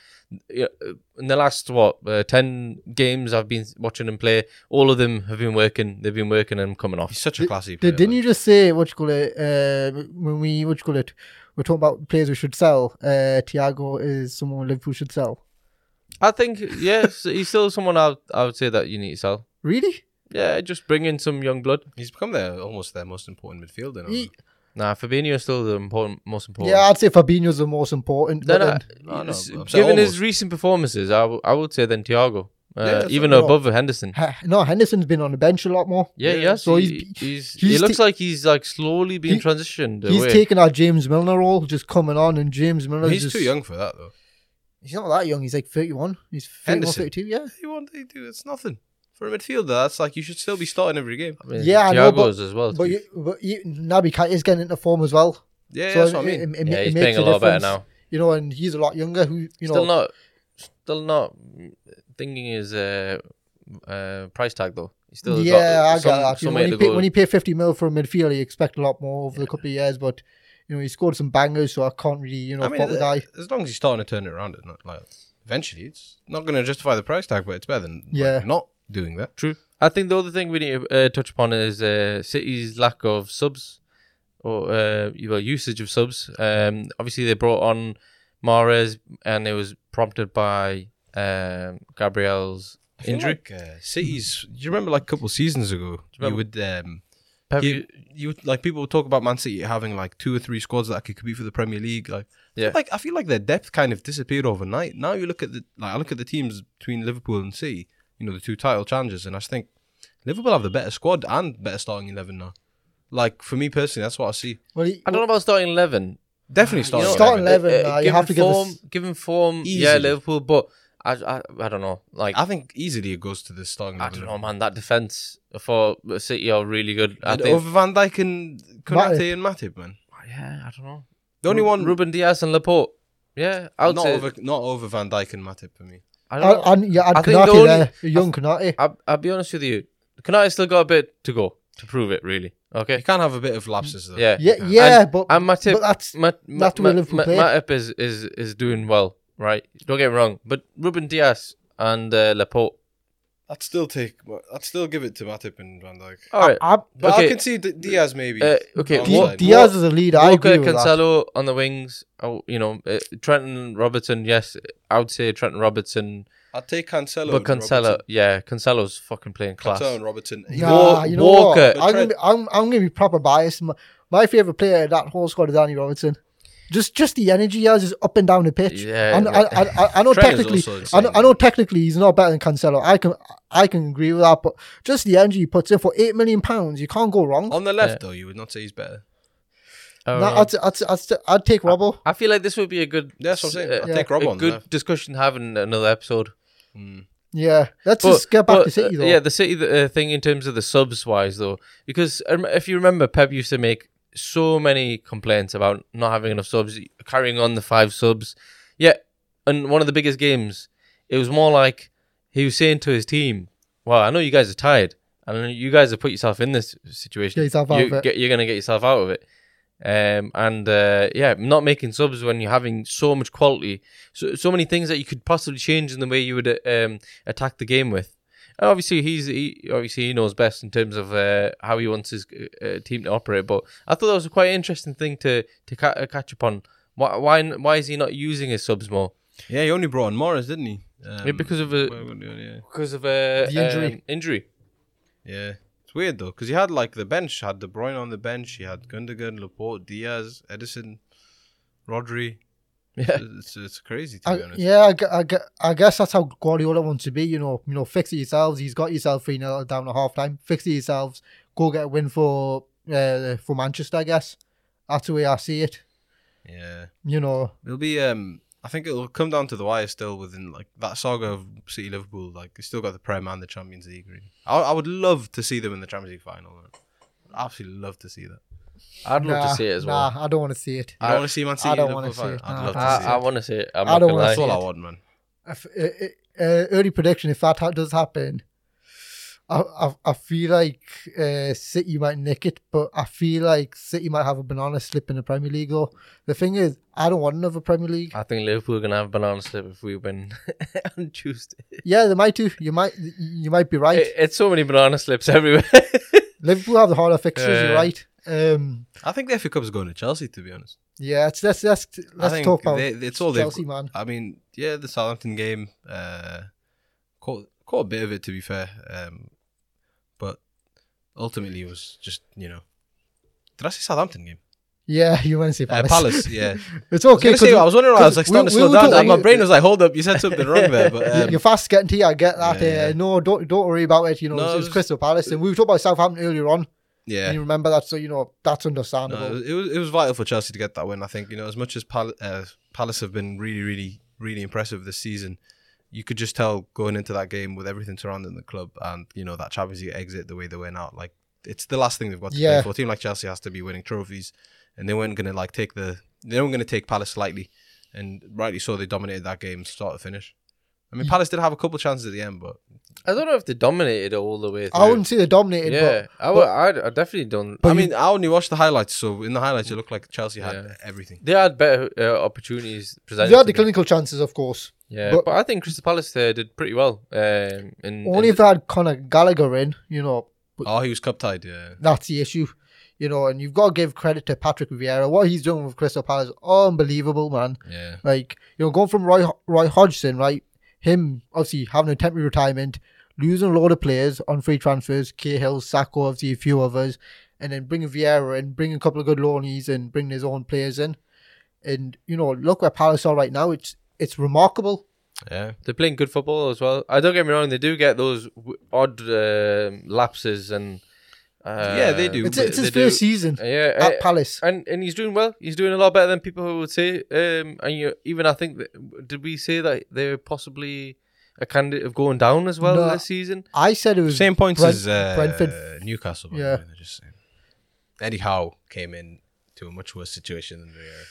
Speaker 3: Yeah, uh, In the last what uh, ten games I've been watching him play, all of them have been working. They've been working and coming off.
Speaker 2: He's such a classy
Speaker 1: di-
Speaker 2: player.
Speaker 1: didn't
Speaker 2: like.
Speaker 1: you just say what you call it uh, when we what you call it? We're talking about players we should sell. Uh, Thiago is someone Liverpool should sell.
Speaker 3: I think yes, *laughs* he's still someone I I would say that you need to sell.
Speaker 1: Really?
Speaker 3: Yeah, just bring in some young blood.
Speaker 2: He's become their almost their most important midfielder. now.
Speaker 1: He-
Speaker 3: Nah, Fabinho's still the important, most important.
Speaker 1: yeah, I'd say Fabinho's the most important.
Speaker 3: Then
Speaker 1: but
Speaker 3: I,
Speaker 1: then-
Speaker 2: No, no,
Speaker 3: s-
Speaker 2: I'm saying
Speaker 3: uh, given his
Speaker 2: almost.
Speaker 3: recent performances, I, w- I would say then Thiago,
Speaker 2: Yeah,
Speaker 3: uh,
Speaker 2: that's
Speaker 3: even
Speaker 2: what-
Speaker 3: above Henderson.
Speaker 1: Ha- no, Henderson's been on the bench a lot more.
Speaker 3: Yeah,
Speaker 2: Yeah,
Speaker 3: yes.
Speaker 1: so
Speaker 3: he,
Speaker 1: he's-
Speaker 3: he's, he
Speaker 1: he's
Speaker 3: looks
Speaker 1: ta-
Speaker 3: like he's like slowly being
Speaker 1: He-
Speaker 3: transitioned
Speaker 1: He's
Speaker 3: away.
Speaker 1: taking our James Milner role, just coming on, and James Milner.
Speaker 2: He's
Speaker 1: just,
Speaker 2: too young for that though.
Speaker 1: He's not that young. He's like 31. He's 31,
Speaker 2: Henderson.
Speaker 1: 32, yeah.
Speaker 2: He won't they do it's nothing. For a midfielder, that's like you should still be starting every game.
Speaker 3: I mean,
Speaker 1: Yeah, I know, but-
Speaker 3: Thiago's as well. to
Speaker 1: But,
Speaker 3: be-
Speaker 1: you, but you, Naby Keita is getting into form as well.
Speaker 2: Yeah,
Speaker 1: So
Speaker 2: that's what I
Speaker 1: it-
Speaker 2: mean.
Speaker 1: it- it ma-
Speaker 3: yeah,
Speaker 1: it
Speaker 3: he's
Speaker 1: makes
Speaker 3: playing a lot better
Speaker 1: difference,
Speaker 3: now.
Speaker 1: You know, and he's a lot younger. Who you know?
Speaker 3: still not, still not thinking his uh, uh, price tag though. He's still got
Speaker 1: yeah, I
Speaker 3: some,
Speaker 1: got that. You
Speaker 3: some
Speaker 1: know,
Speaker 3: way
Speaker 1: when, you
Speaker 3: to
Speaker 1: pay,
Speaker 3: go.
Speaker 1: when you pay 50 mil for a midfielder, you expect a lot more over the couple of years. But you know, he scored some bangers, so I can't really you know
Speaker 2: I mean,
Speaker 1: fault the
Speaker 3: uh,
Speaker 1: guy.
Speaker 2: th- as long as he's starting to turn it around, it's not like eventually it's not going to justify the price tag, but it's better than like,
Speaker 1: Yeah.
Speaker 2: not doing that.
Speaker 3: True. I think the other thing we need to uh, touch upon is uh, City's lack of subs or uh, you know, usage of subs. Um, obviously, they brought on Mares and it was prompted by um, Gabriel's injury.
Speaker 2: Like, uh, City's. Do you remember like a couple seasons ago? You, would um,
Speaker 3: Pep-
Speaker 2: you, you would, like people would talk about Man City having like two or three squads that could compete for the Premier League. Like,
Speaker 3: Yeah.
Speaker 2: like I feel like their depth kind of disappeared overnight. Now you look at the like I look at the teams between Liverpool and City. You know the two title challengers, and I just think Liverpool have the better squad and better starting eleven now. Like for me personally, that's what I see.
Speaker 1: Well, he,
Speaker 3: I don't know about starting 11.
Speaker 2: Definitely
Speaker 3: Ah,
Speaker 2: starting. uh,
Speaker 3: You know,
Speaker 1: Starting
Speaker 2: 11.
Speaker 1: eleven, nah, you
Speaker 3: given
Speaker 1: have to give
Speaker 3: form,
Speaker 1: us-
Speaker 3: given form, yeah,
Speaker 2: Easily.
Speaker 3: Liverpool, but I, I, I don't know. Like,
Speaker 2: I think easily it goes to the starting.
Speaker 3: I
Speaker 2: eleven.
Speaker 3: don't know, man. That defense for City are really good. I
Speaker 2: And
Speaker 3: think.
Speaker 2: over Van Dijk and Konate and Matip, man.
Speaker 3: yeah, I don't know.
Speaker 2: The only
Speaker 3: Ru-
Speaker 2: one
Speaker 3: Ruben Diaz and Laporte. Yeah, I would
Speaker 2: not
Speaker 3: say-
Speaker 2: over not over Van Dijk and Matip for me.
Speaker 3: I don't know.
Speaker 1: I, and yeah, I'd
Speaker 3: I think the
Speaker 1: Konate
Speaker 3: only-
Speaker 1: there, a young Konate.
Speaker 3: I'll, I'll be honest with you. Konate still got a bit to go to prove it, really.
Speaker 2: You
Speaker 3: Okay.
Speaker 2: can't have a bit of lapses though.
Speaker 3: Yeah.
Speaker 1: Yeah, yeah, but,
Speaker 3: And Matip,
Speaker 1: but that's
Speaker 3: Mat,
Speaker 1: that's the way Liverpool play.
Speaker 3: Matip is, is, is doing well, right? Don't get me wrong. But Ruben Diaz and uh, Laporte.
Speaker 2: I'd still take. I'd still give it to Matip and Van Dijk.
Speaker 3: All right.
Speaker 1: I,
Speaker 2: But
Speaker 3: Okay.
Speaker 2: I can see D- Diaz maybe.
Speaker 3: Uh, okay,
Speaker 2: on
Speaker 1: Di-
Speaker 2: side.
Speaker 3: what-
Speaker 1: Diaz is a lead. I agree
Speaker 3: Walker,
Speaker 1: with that.
Speaker 3: Cancelo on the wings. Oh, you know, uh, Trenton Robertson. Yes, I would say Trenton Robertson.
Speaker 2: I'd take Cancelo.
Speaker 3: but
Speaker 2: and
Speaker 3: Cancelo,
Speaker 2: Robertson.
Speaker 3: yeah, Cancelo's fucking playing class.
Speaker 2: Cancelo and Robertson.
Speaker 1: Nah,
Speaker 3: Wa-
Speaker 1: you know
Speaker 3: Walker.
Speaker 1: what? I'm gonna, be, I'm, I'm gonna be proper biased. My, my favorite player in that whole squad is Danny Robertson. Just just the energy he has is up and down the pitch.
Speaker 3: Yeah,
Speaker 1: I know, I, I, I, I know
Speaker 2: Trent is
Speaker 1: technically,
Speaker 2: also insane.
Speaker 1: I know, I know technically he's not better than Cancelo. I can I can agree with that, but just the energy he puts in for eight million pounds, you can't go wrong.
Speaker 2: On the left
Speaker 3: Yeah.
Speaker 2: though, you would not say he's better.
Speaker 3: Uh,
Speaker 1: Nah, I'd, I'd, I'd, I'd take Robbo.
Speaker 3: I feel like this would be a good.
Speaker 2: That's what I'm saying.
Speaker 3: uh,
Speaker 2: I'd
Speaker 1: Yeah.
Speaker 2: take Rob
Speaker 3: a
Speaker 2: on
Speaker 3: good
Speaker 2: the left.
Speaker 3: discussion to have in another episode.
Speaker 2: Mm.
Speaker 1: Yeah, let's
Speaker 3: But-
Speaker 1: just get back
Speaker 3: but,
Speaker 1: to City
Speaker 3: uh,
Speaker 1: though.
Speaker 3: yeah, the city uh, thing in terms of the subs wise though, because um, if you remember, Pep used to make so many complaints about not having enough subs, carrying on the five subs. Yet, in one of the biggest games, it was more like he was saying to his team, "Well, I know you guys are tired, and you guys have put yourself in this situation.
Speaker 1: Get yourself out
Speaker 3: you,
Speaker 1: of it."
Speaker 3: Get, you're going to get yourself out of it." Um, and uh, yeah, not making subs when you're having so much quality, so so many things that you could possibly change in the way you would uh, um, attack the game with. And obviously, he's he, obviously he knows best in terms of uh, how he wants his uh, team to operate. But I thought that was a quite interesting thing to to ca- uh, catch upon. Why, why why is he not using his subs more?
Speaker 2: Yeah, he only brought on Morris, didn't he? Um,
Speaker 3: Yeah, because of a-
Speaker 2: where were they? yeah.
Speaker 3: Because of uh,
Speaker 1: The injury.
Speaker 3: um, injury.
Speaker 2: Yeah. It's weird though, because he had like the bench, had De Bruyne on the bench, he had Gundogan, Laporte, Diaz, Edison, Rodri.
Speaker 3: Yeah.
Speaker 2: It's, it's crazy to be
Speaker 1: I,
Speaker 2: honest.
Speaker 1: yeah, I, gu- I, gu- I guess that's how Guardiola wants to be. You know, you know, fix it yourselves. He's got yourself three 0 down at half time. Fix it yourselves. Go get a win for uh, for Manchester. I guess that's the way I see it.
Speaker 2: Yeah.
Speaker 1: You know,
Speaker 2: It'll be um I think it'll come down to the wire still within like that saga of City Liverpool, like it's still got the Prem and the Champions League really. I, I would love to see them in the Champions League final. Man. Absolutely love to see that.
Speaker 3: I'd love
Speaker 1: nah,
Speaker 3: to see it as
Speaker 1: nah,
Speaker 3: well.
Speaker 1: I don't want to see it.
Speaker 2: You I don't want to see Man City.
Speaker 1: don't
Speaker 2: in
Speaker 1: wanna
Speaker 2: Liverpool
Speaker 1: see it,
Speaker 2: final? I'd
Speaker 1: no,
Speaker 2: love to
Speaker 3: I,
Speaker 2: see
Speaker 3: I
Speaker 2: it.
Speaker 3: want to see it. I'm
Speaker 1: I
Speaker 3: not
Speaker 1: don't
Speaker 3: gonna
Speaker 1: wanna
Speaker 3: lie.
Speaker 2: That's all I
Speaker 1: it.
Speaker 2: want, man.
Speaker 1: If, uh, uh, uh, early prediction: If that ha- does happen, I, I I feel like uh, City might nick it, but I feel like City might have a banana slip in the Premier League. Though the thing is, I don't want another Premier League.
Speaker 3: I think Liverpool are gonna have banana slip if we win *laughs* on Tuesday.
Speaker 1: Yeah, they might do. You might you might be right.
Speaker 3: It- it's so many banana slips *laughs* everywhere.
Speaker 1: Liverpool have the harder fixtures.
Speaker 3: Uh,
Speaker 1: you're right. Um,
Speaker 2: I think the FA Cup is going to Chelsea, to be honest.
Speaker 1: yeah, it's, let's let's
Speaker 2: I
Speaker 1: let's
Speaker 2: think
Speaker 1: talk about
Speaker 2: they- it's all they've
Speaker 1: Chelsea, man.
Speaker 2: I mean, yeah, the Southampton game, uh, caught caught a bit of it to be fair, um, but ultimately it was just you know, did I say Southampton game?
Speaker 1: Yeah, *laughs* you want to say
Speaker 2: Uh,
Speaker 1: Palace?
Speaker 2: Palace, yeah.
Speaker 1: It's
Speaker 2: I was
Speaker 1: okay.
Speaker 2: gonna say
Speaker 1: 'cause
Speaker 2: I was wondering why I was like
Speaker 1: we-
Speaker 2: starting
Speaker 1: we
Speaker 2: to
Speaker 1: were
Speaker 2: slow down.
Speaker 1: talking-
Speaker 2: my brain was like, hold up, you said something wrong there, *laughs* but
Speaker 1: y-
Speaker 2: um,
Speaker 1: you're fast getting to you. I get that.
Speaker 2: yeah,
Speaker 1: uh,
Speaker 2: yeah.
Speaker 1: No, don't don't worry about it. You know,
Speaker 2: No,
Speaker 1: it's
Speaker 2: it
Speaker 1: it was
Speaker 2: was-
Speaker 1: Crystal Palace, and we were talking about Southampton earlier on.
Speaker 2: yeah.
Speaker 1: And you remember that, so you know that's understandable.
Speaker 2: No, it was it was vital for Chelsea to get that win. I think you know as much as Pal- uh, Palace have been really, really, really impressive this season, you could just tell going into that game with everything surrounding the club and you know that Champions League exit the way they went out. Like it's the last thing they've got to
Speaker 1: Yeah.
Speaker 2: play for. A team like Chelsea has to be winning trophies, and they weren't going to like take the they weren't going to take Palace lightly, and rightly so. They dominated that game start to finish. I mean, Palace did have a couple chances at the end, but
Speaker 3: I don't know if they dominated all the way through.
Speaker 1: I wouldn't say they dominated, but
Speaker 3: yeah, I would. I'd, I definitely don't.
Speaker 2: I mean, I only watched the highlights, so in the highlights, it looked like Chelsea had
Speaker 3: Yeah.
Speaker 2: everything.
Speaker 3: they had better uh, opportunities presented.
Speaker 1: they had
Speaker 3: to
Speaker 1: the
Speaker 3: them.
Speaker 1: clinical chances, of course.
Speaker 3: Yeah,
Speaker 1: But-
Speaker 3: but, I think Crystal Palace there did pretty well. Um,
Speaker 2: Mm,
Speaker 3: and,
Speaker 1: Only if
Speaker 3: and
Speaker 1: they had Conor Gallagher in, you know,
Speaker 2: Oh, he was cup tied. Yeah.
Speaker 1: that's the issue. You know, and you've got to give credit to Patrick Vieira. What he's doing with Crystal Palace, unbelievable, man.
Speaker 2: Yeah.
Speaker 1: Like, you know, going from Roy Roy Hodgson, right? Him obviously having a temporary retirement, losing a lot of players on free transfers, Cahill, Sacco, obviously a few others, and then bringing Vieira in, bringing a couple of good loanies and bringing his own players in. And, you know, look where Palace are right now. It's it's remarkable.
Speaker 2: Yeah.
Speaker 3: they're playing good football as well. I don't get me wrong; they do get those w- odd um lapses and. Uh,
Speaker 2: Yeah, they do.
Speaker 1: It's,
Speaker 2: They-
Speaker 1: it's his
Speaker 3: they do-
Speaker 1: first season
Speaker 3: Yeah, uh,
Speaker 1: at Palace.
Speaker 3: and and he's doing well. He's doing a lot better than people who would say. Um, and you even I think that, did we say that they're possibly a candidate of going down as well
Speaker 1: No.
Speaker 3: this season?
Speaker 1: I said it was
Speaker 2: Same points
Speaker 1: Brent-
Speaker 2: as uh,
Speaker 1: Brentford.
Speaker 2: Newcastle. By
Speaker 1: Yeah.
Speaker 2: yeah. The way, they're just saying. Eddie Howe came in to a much worse situation than they are.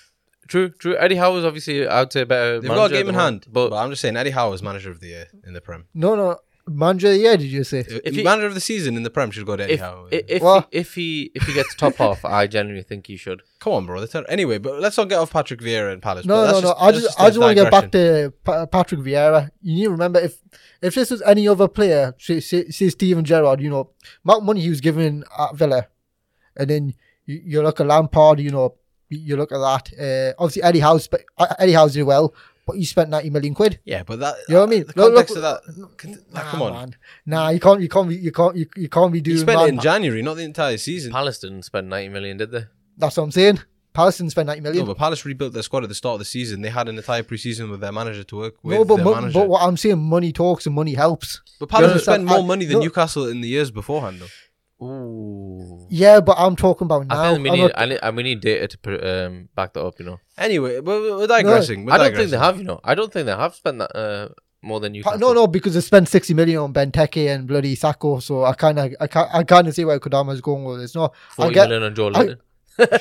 Speaker 3: True, true. Eddie Howe is obviously out there better.
Speaker 2: They've got a
Speaker 3: manager at
Speaker 2: game
Speaker 3: the
Speaker 2: in
Speaker 3: moment,
Speaker 2: hand, but, I'm just saying Eddie Howe is manager of the year in the Prem.
Speaker 1: No, no. Manager of the year, did you say?
Speaker 2: If
Speaker 3: he-
Speaker 2: manager of the season in the Prem should go to Eddie
Speaker 3: if
Speaker 2: Howe.
Speaker 3: if, if,
Speaker 1: Well-
Speaker 3: he, if he if he gets top half, I genuinely think
Speaker 2: *laughs*
Speaker 3: he should.
Speaker 2: Come on, bro. they're ter- Anyway, but let's not get off Patrick Vieira and Palace.
Speaker 1: No,
Speaker 2: but
Speaker 1: no,
Speaker 2: that's
Speaker 1: no.
Speaker 2: just-
Speaker 1: I
Speaker 2: that's
Speaker 1: just, I
Speaker 2: a
Speaker 1: just want to get back
Speaker 2: digression.
Speaker 1: to pa- Patrick Vieira. You need to remember if if this was any other player, say, say, say Steven Gerrard, you know, amount of money he was given at Villa, and then you, you look at Lampard, you know, you you look at that. Uh, obviously, Eddie Howe, spe- uh, Eddie Howe did well, but he spent ninety million quid.
Speaker 2: Yeah, but that
Speaker 1: You know what I mean?
Speaker 2: The
Speaker 1: Look-
Speaker 2: context
Speaker 1: look-
Speaker 2: of that. con- like,
Speaker 1: Nah,
Speaker 2: come on,
Speaker 1: man. nah, you can't, you can't, be, you can't, you, you can't be
Speaker 2: he
Speaker 1: doing.
Speaker 2: spent
Speaker 1: man-
Speaker 2: it in January, not the entire season.
Speaker 3: Palace didn't spend ninety million, did they?
Speaker 1: That's what I'm saying. Palace didn't spend ninety million.
Speaker 2: No, but Palace rebuilt their squad at the start of the season. They had an entire preseason with their manager to work with.
Speaker 1: No, but,
Speaker 2: their
Speaker 1: mo-
Speaker 2: manager.
Speaker 1: but what I'm saying, money talks and money helps.
Speaker 2: But Palace have
Speaker 1: understand?
Speaker 2: spent more
Speaker 1: I-
Speaker 2: money than
Speaker 1: no.
Speaker 2: Newcastle in the years beforehand, though.
Speaker 3: Ooh.
Speaker 1: Yeah, but I'm talking about now.
Speaker 3: I think we
Speaker 1: I'm
Speaker 3: need,
Speaker 1: not-
Speaker 3: I need, and we need data to pr- um, back that up. You know,
Speaker 2: Anyway, we're, we're digressing.
Speaker 3: I don't think they have. You know, I don't think they have spent that uh, more than you.
Speaker 1: Pa- no, no, because they spent sixty million on Benteke and bloody Sacco, so I kind of, I kind, I kind of see where Kodama's going with this. No, I
Speaker 3: forty
Speaker 1: get.
Speaker 3: million on Joe
Speaker 1: I-
Speaker 3: Lennon. yeah,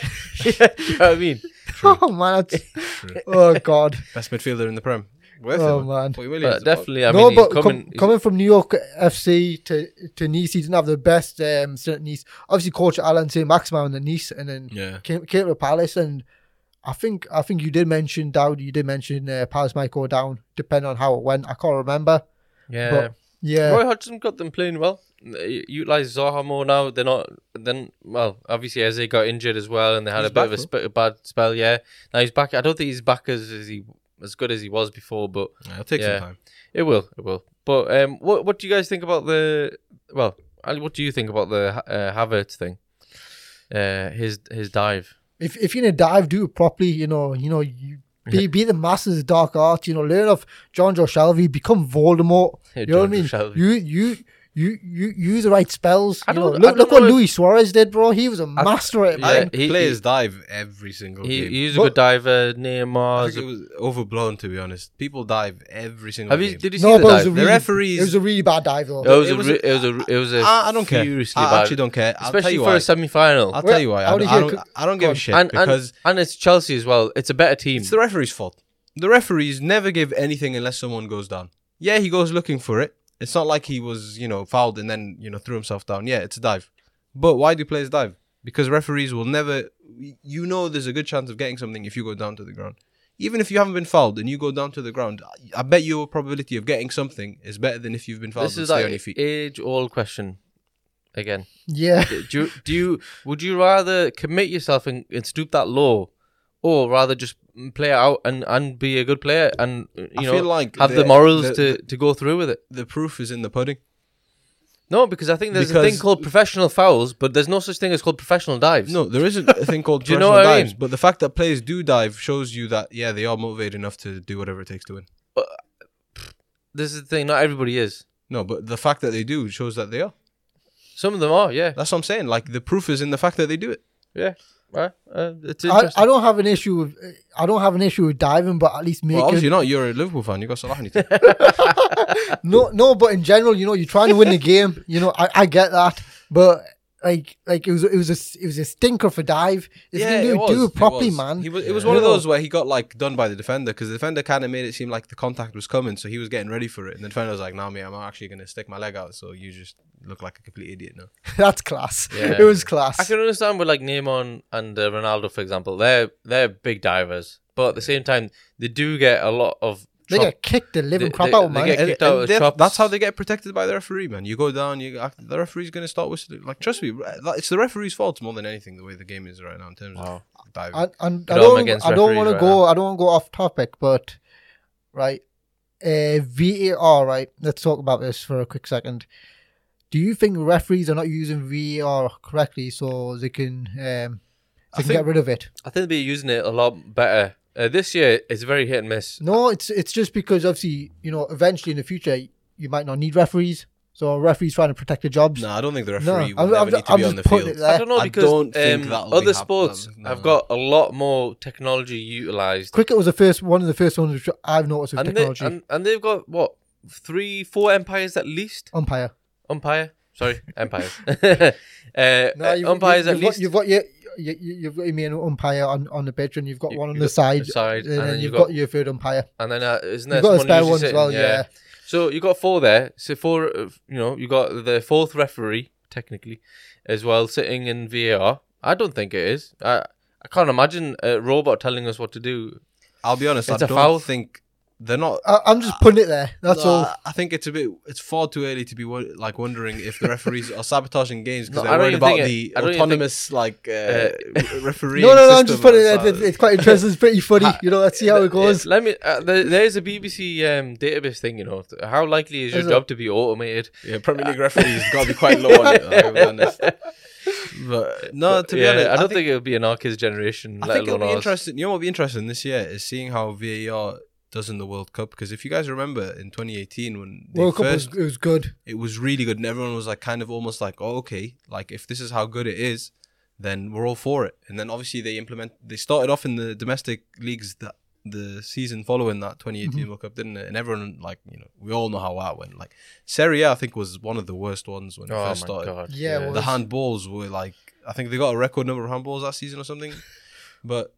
Speaker 3: you know what
Speaker 1: *laughs*
Speaker 3: I mean,
Speaker 1: Oh man,
Speaker 3: *laughs*
Speaker 1: that's, *laughs* oh god,
Speaker 2: Best midfielder in the Prem. Worth
Speaker 1: oh
Speaker 2: it.
Speaker 1: man.
Speaker 2: Forty million.
Speaker 3: but definitely. I
Speaker 1: no,
Speaker 3: mean,
Speaker 1: but
Speaker 3: he's coming.
Speaker 1: com- coming from New York FC to to Nice, he didn't have the best um stint at Nice. Obviously, coach Alan St. Maximin in Nice, and then
Speaker 3: Hmm.
Speaker 2: Yeah.
Speaker 1: came, came to Palace, and I think I think you did mention Dowd, you did mention uh, Palace might go down, depending on how it went. I can't remember.
Speaker 3: yeah,
Speaker 1: but- uh, Yeah,
Speaker 3: Roy Hodgson got them playing well. Utilize Zaha more now. They're not. Then well, obviously Eze got injured as well, and they had
Speaker 2: He's
Speaker 3: a bit
Speaker 2: back,
Speaker 3: of a,
Speaker 2: though.
Speaker 3: sp- a bad spell. Yeah, now he's back. I don't think he's back as, as he as good as he was before, but
Speaker 2: It'll take
Speaker 3: Yeah.
Speaker 2: some time.
Speaker 3: it will. It will. But um, what what do you guys think about the? Well, Ali, what do you think about the uh, Havertz thing? Uh, his his dive. *laughs*
Speaker 1: if if you're gonna dive, do it properly. You know, you know, you be be the masters of dark art. You know, learn off John Joe Shelby, become Voldemort. You know what I
Speaker 3: John
Speaker 1: mean?
Speaker 3: Shelby.
Speaker 1: You you. You, you use the right spells.
Speaker 3: I
Speaker 1: You know,
Speaker 3: don't- I
Speaker 1: look
Speaker 3: don't
Speaker 1: look what
Speaker 3: know if-
Speaker 1: Luis Suarez did, bro. He was a master at it,
Speaker 3: Yeah,
Speaker 2: I
Speaker 1: man.
Speaker 2: think
Speaker 3: he-
Speaker 2: players dive every single
Speaker 3: He,
Speaker 2: game.
Speaker 3: he's a
Speaker 1: But-
Speaker 3: good diver.
Speaker 2: I
Speaker 3: Neymar's.
Speaker 2: think it was overblown, to be honest. People dive every single
Speaker 3: Have
Speaker 2: game.
Speaker 3: you? Did you see
Speaker 1: No,
Speaker 3: the
Speaker 1: but it
Speaker 3: dive?
Speaker 1: was a
Speaker 2: The
Speaker 1: really,
Speaker 2: referees-
Speaker 1: It was a really bad dive, though.
Speaker 3: It was,
Speaker 2: It
Speaker 3: a
Speaker 2: was-
Speaker 3: re- it was a it was a
Speaker 2: I, I don't care.
Speaker 3: furiously
Speaker 2: I
Speaker 3: bad-
Speaker 2: actually don't care. I'll tell
Speaker 3: especially
Speaker 2: you
Speaker 3: for
Speaker 2: why.
Speaker 3: a semi final.
Speaker 2: I'll
Speaker 1: Well,
Speaker 2: tell you why.
Speaker 1: I
Speaker 2: I,
Speaker 1: wanna
Speaker 2: don't, I,
Speaker 1: hear-
Speaker 2: don't, I don't give a
Speaker 1: Go
Speaker 2: shit
Speaker 3: and,
Speaker 2: because
Speaker 3: and, and it's Chelsea as well. It's a better team.
Speaker 2: it's the referee's fault. The referees never give anything unless someone goes down. Yeah, he goes looking for it. It's not like he was, you know, fouled and then, you know, threw himself down. Yeah, it's a dive. But why do players dive? Because referees will never you know there's a good chance of getting something if you go down to the ground. Even if you haven't been fouled and you go down to the ground, I- I bet your probability of getting something is better than if you've been fouled
Speaker 3: this
Speaker 2: and
Speaker 3: is
Speaker 2: stay
Speaker 3: like
Speaker 2: on your feet.
Speaker 3: age old question. again.
Speaker 1: Yeah.
Speaker 3: Do you, do you would you rather commit yourself and, and stoop that low, or rather just play it out and, and be a good player and you
Speaker 2: I
Speaker 3: know
Speaker 2: feel like
Speaker 3: have the,
Speaker 2: the-
Speaker 3: morals
Speaker 2: the-
Speaker 3: to, to go through with it?
Speaker 2: The proof is in the pudding.
Speaker 3: No, because I think there's a thing
Speaker 2: Because-
Speaker 3: called professional fouls, but there's no such thing as called professional dives.
Speaker 2: No, there isn't a thing *laughs* called
Speaker 3: Do you know
Speaker 2: professional
Speaker 3: what I
Speaker 2: dives,
Speaker 3: mean?
Speaker 2: but the fact that players do dive shows you that yeah, they are motivated enough to do whatever it takes to win.
Speaker 3: this is the thing. Not everybody is.
Speaker 2: No, but the fact that they do shows that they are.
Speaker 3: Some of them are. Yeah,
Speaker 2: That's what I'm saying. Like the proof is in the fact that they do it.
Speaker 3: yeah. Right. Uh, it's
Speaker 1: I,
Speaker 3: interesting.
Speaker 1: I don't have an issue with I don't have an issue with diving, but at least make
Speaker 2: Well,
Speaker 1: it.
Speaker 2: obviously not. You're a Liverpool fan. You got Salah on your
Speaker 3: *laughs*
Speaker 2: team.
Speaker 1: No, no, but in general, you know, you're trying to
Speaker 3: *laughs*
Speaker 1: win the game. You know, I, I get that, but like, like it was, it was a, s- it was a stinker for dive. If you didn't do, it, do it properly,
Speaker 2: was.
Speaker 1: man.
Speaker 2: He was, it was
Speaker 1: Yeah.
Speaker 2: one of
Speaker 1: You know?
Speaker 2: those where he got like done by the defender because the defender kind of made it seem like the contact was coming, so he was getting ready for it, and the defender was like, "Nah, me, I'm actually gonna stick my leg out." So you just look like a complete idiot now.
Speaker 1: *laughs* That's class.
Speaker 3: Yeah.
Speaker 1: It was class.
Speaker 3: I can understand with like Neymar and uh, Ronaldo, for example, they're they're big divers, but at the same time, they do get a lot of.
Speaker 1: they
Speaker 3: trouble.
Speaker 1: get kicked the living
Speaker 3: They-
Speaker 1: crap
Speaker 3: they-
Speaker 1: out,
Speaker 3: they
Speaker 1: man.
Speaker 3: get- kicked out of
Speaker 2: they're-
Speaker 3: shops.
Speaker 2: that's how they get protected by the referee, man. You go down, you act- the referee's going to start whistling. Like, trust me, re- that- it's the referee's fault more than anything. The way the game is right now in terms of diving.
Speaker 1: and, and I
Speaker 3: Good on 'em
Speaker 1: don't,
Speaker 3: against
Speaker 1: I don't
Speaker 3: referees
Speaker 1: want to
Speaker 3: right
Speaker 1: go, I don't want to go off topic, but right, uh, VAR, right? Let's talk about this for a quick second. Do you think referees are not using VAR correctly so they can, um, they
Speaker 2: I
Speaker 1: can
Speaker 2: think-
Speaker 1: get rid of it?
Speaker 3: I think they're using it a lot better. Uh, this year, it's very hit and miss.
Speaker 1: No, it's it's just because obviously you know eventually in the future you might not need referees, so referees trying to protect their jobs.
Speaker 2: no, I don't think the
Speaker 1: No,
Speaker 2: referee
Speaker 1: I'm-
Speaker 2: will
Speaker 1: I'm
Speaker 2: ever
Speaker 1: ju-
Speaker 2: need to
Speaker 1: I'm
Speaker 2: be
Speaker 1: just
Speaker 2: on the
Speaker 1: putting
Speaker 2: field.
Speaker 1: it there.
Speaker 3: I don't know
Speaker 2: I
Speaker 3: because
Speaker 2: don't think
Speaker 3: um,
Speaker 2: that'll be
Speaker 3: other
Speaker 2: hap-
Speaker 3: sports
Speaker 2: that'll-
Speaker 3: have
Speaker 2: no.
Speaker 3: got a lot more technology utilized,
Speaker 1: Cricket was the first one of the first ones which I've noticed with
Speaker 3: and, they,
Speaker 1: technology.
Speaker 3: and and they've got what three, four empires at least.
Speaker 1: umpire.
Speaker 3: Umpire, sorry, *laughs* empires. uh, uh, umpires
Speaker 1: you've
Speaker 3: at
Speaker 1: got,
Speaker 3: least.
Speaker 1: You've got your you, you- you've got your main umpire on, on the pitch, and you've got
Speaker 3: You-
Speaker 1: one on
Speaker 3: you
Speaker 1: the
Speaker 3: got
Speaker 1: side,
Speaker 3: the side,
Speaker 1: and, then you've, got, your third umpire.
Speaker 3: and then uh, isn't there
Speaker 1: You've got a
Speaker 3: someone
Speaker 1: spare
Speaker 3: usually
Speaker 1: one as
Speaker 3: sitting-
Speaker 1: well. Yeah.
Speaker 3: So you got four there. So four, uh, you know, you got the fourth referee technically, as well sitting in VAR. I don't think it is. I I can't imagine a robot telling us what to do.
Speaker 2: I'll be honest,
Speaker 3: It's
Speaker 2: I
Speaker 3: a
Speaker 2: don't
Speaker 3: foul.
Speaker 2: think they're not.
Speaker 1: I, I'm just putting it there. That's
Speaker 2: No,
Speaker 1: all.
Speaker 2: I- I think it's a bit. It's far too early to be wo- like wondering if
Speaker 1: *laughs*
Speaker 2: the referees are sabotaging games
Speaker 3: No,
Speaker 2: because
Speaker 3: I
Speaker 2: they're
Speaker 3: don't
Speaker 2: worried
Speaker 3: even think
Speaker 2: about
Speaker 3: it-
Speaker 2: the
Speaker 3: I don't even
Speaker 2: autonomous like uh, referee.
Speaker 1: No, no, no. I'm just putting it there. It's, it's quite interesting. It's pretty
Speaker 3: *laughs*
Speaker 1: funny. You know, let's see how it goes.
Speaker 3: Yeah, Let me. Uh, there, there's a BBC um, database thing. You know, how likely is your
Speaker 1: Is it?
Speaker 3: job to be automated?
Speaker 2: Yeah, Premier League referees got to be quite
Speaker 1: *laughs*
Speaker 2: low on it. I'll be honest. But no, to be
Speaker 3: Yeah,
Speaker 2: honest,
Speaker 3: I don't think, it'll be in our kids' generation.
Speaker 2: I
Speaker 3: let
Speaker 2: think it'll
Speaker 3: alone
Speaker 2: be
Speaker 3: ours.
Speaker 2: interesting. You know what will be interesting this year is seeing how VAR does in the World Cup because if you guys remember in 2018 when they
Speaker 1: World Cup was,
Speaker 2: first,
Speaker 1: it was good.
Speaker 2: it was really good and everyone was like kind of almost like oh okay like if this is how good it is then we're all for it and then obviously they implement they started off in the domestic leagues that the season following that 2018
Speaker 3: Mm-hmm.
Speaker 2: World Cup didn't it and everyone like you know we all know how that went like Serie A I think was one of the worst ones when it
Speaker 3: Oh my
Speaker 2: first started
Speaker 3: god.
Speaker 1: Yeah, well,
Speaker 2: the handballs were like I think they got a record number of handballs that season or
Speaker 3: *laughs*
Speaker 2: something. But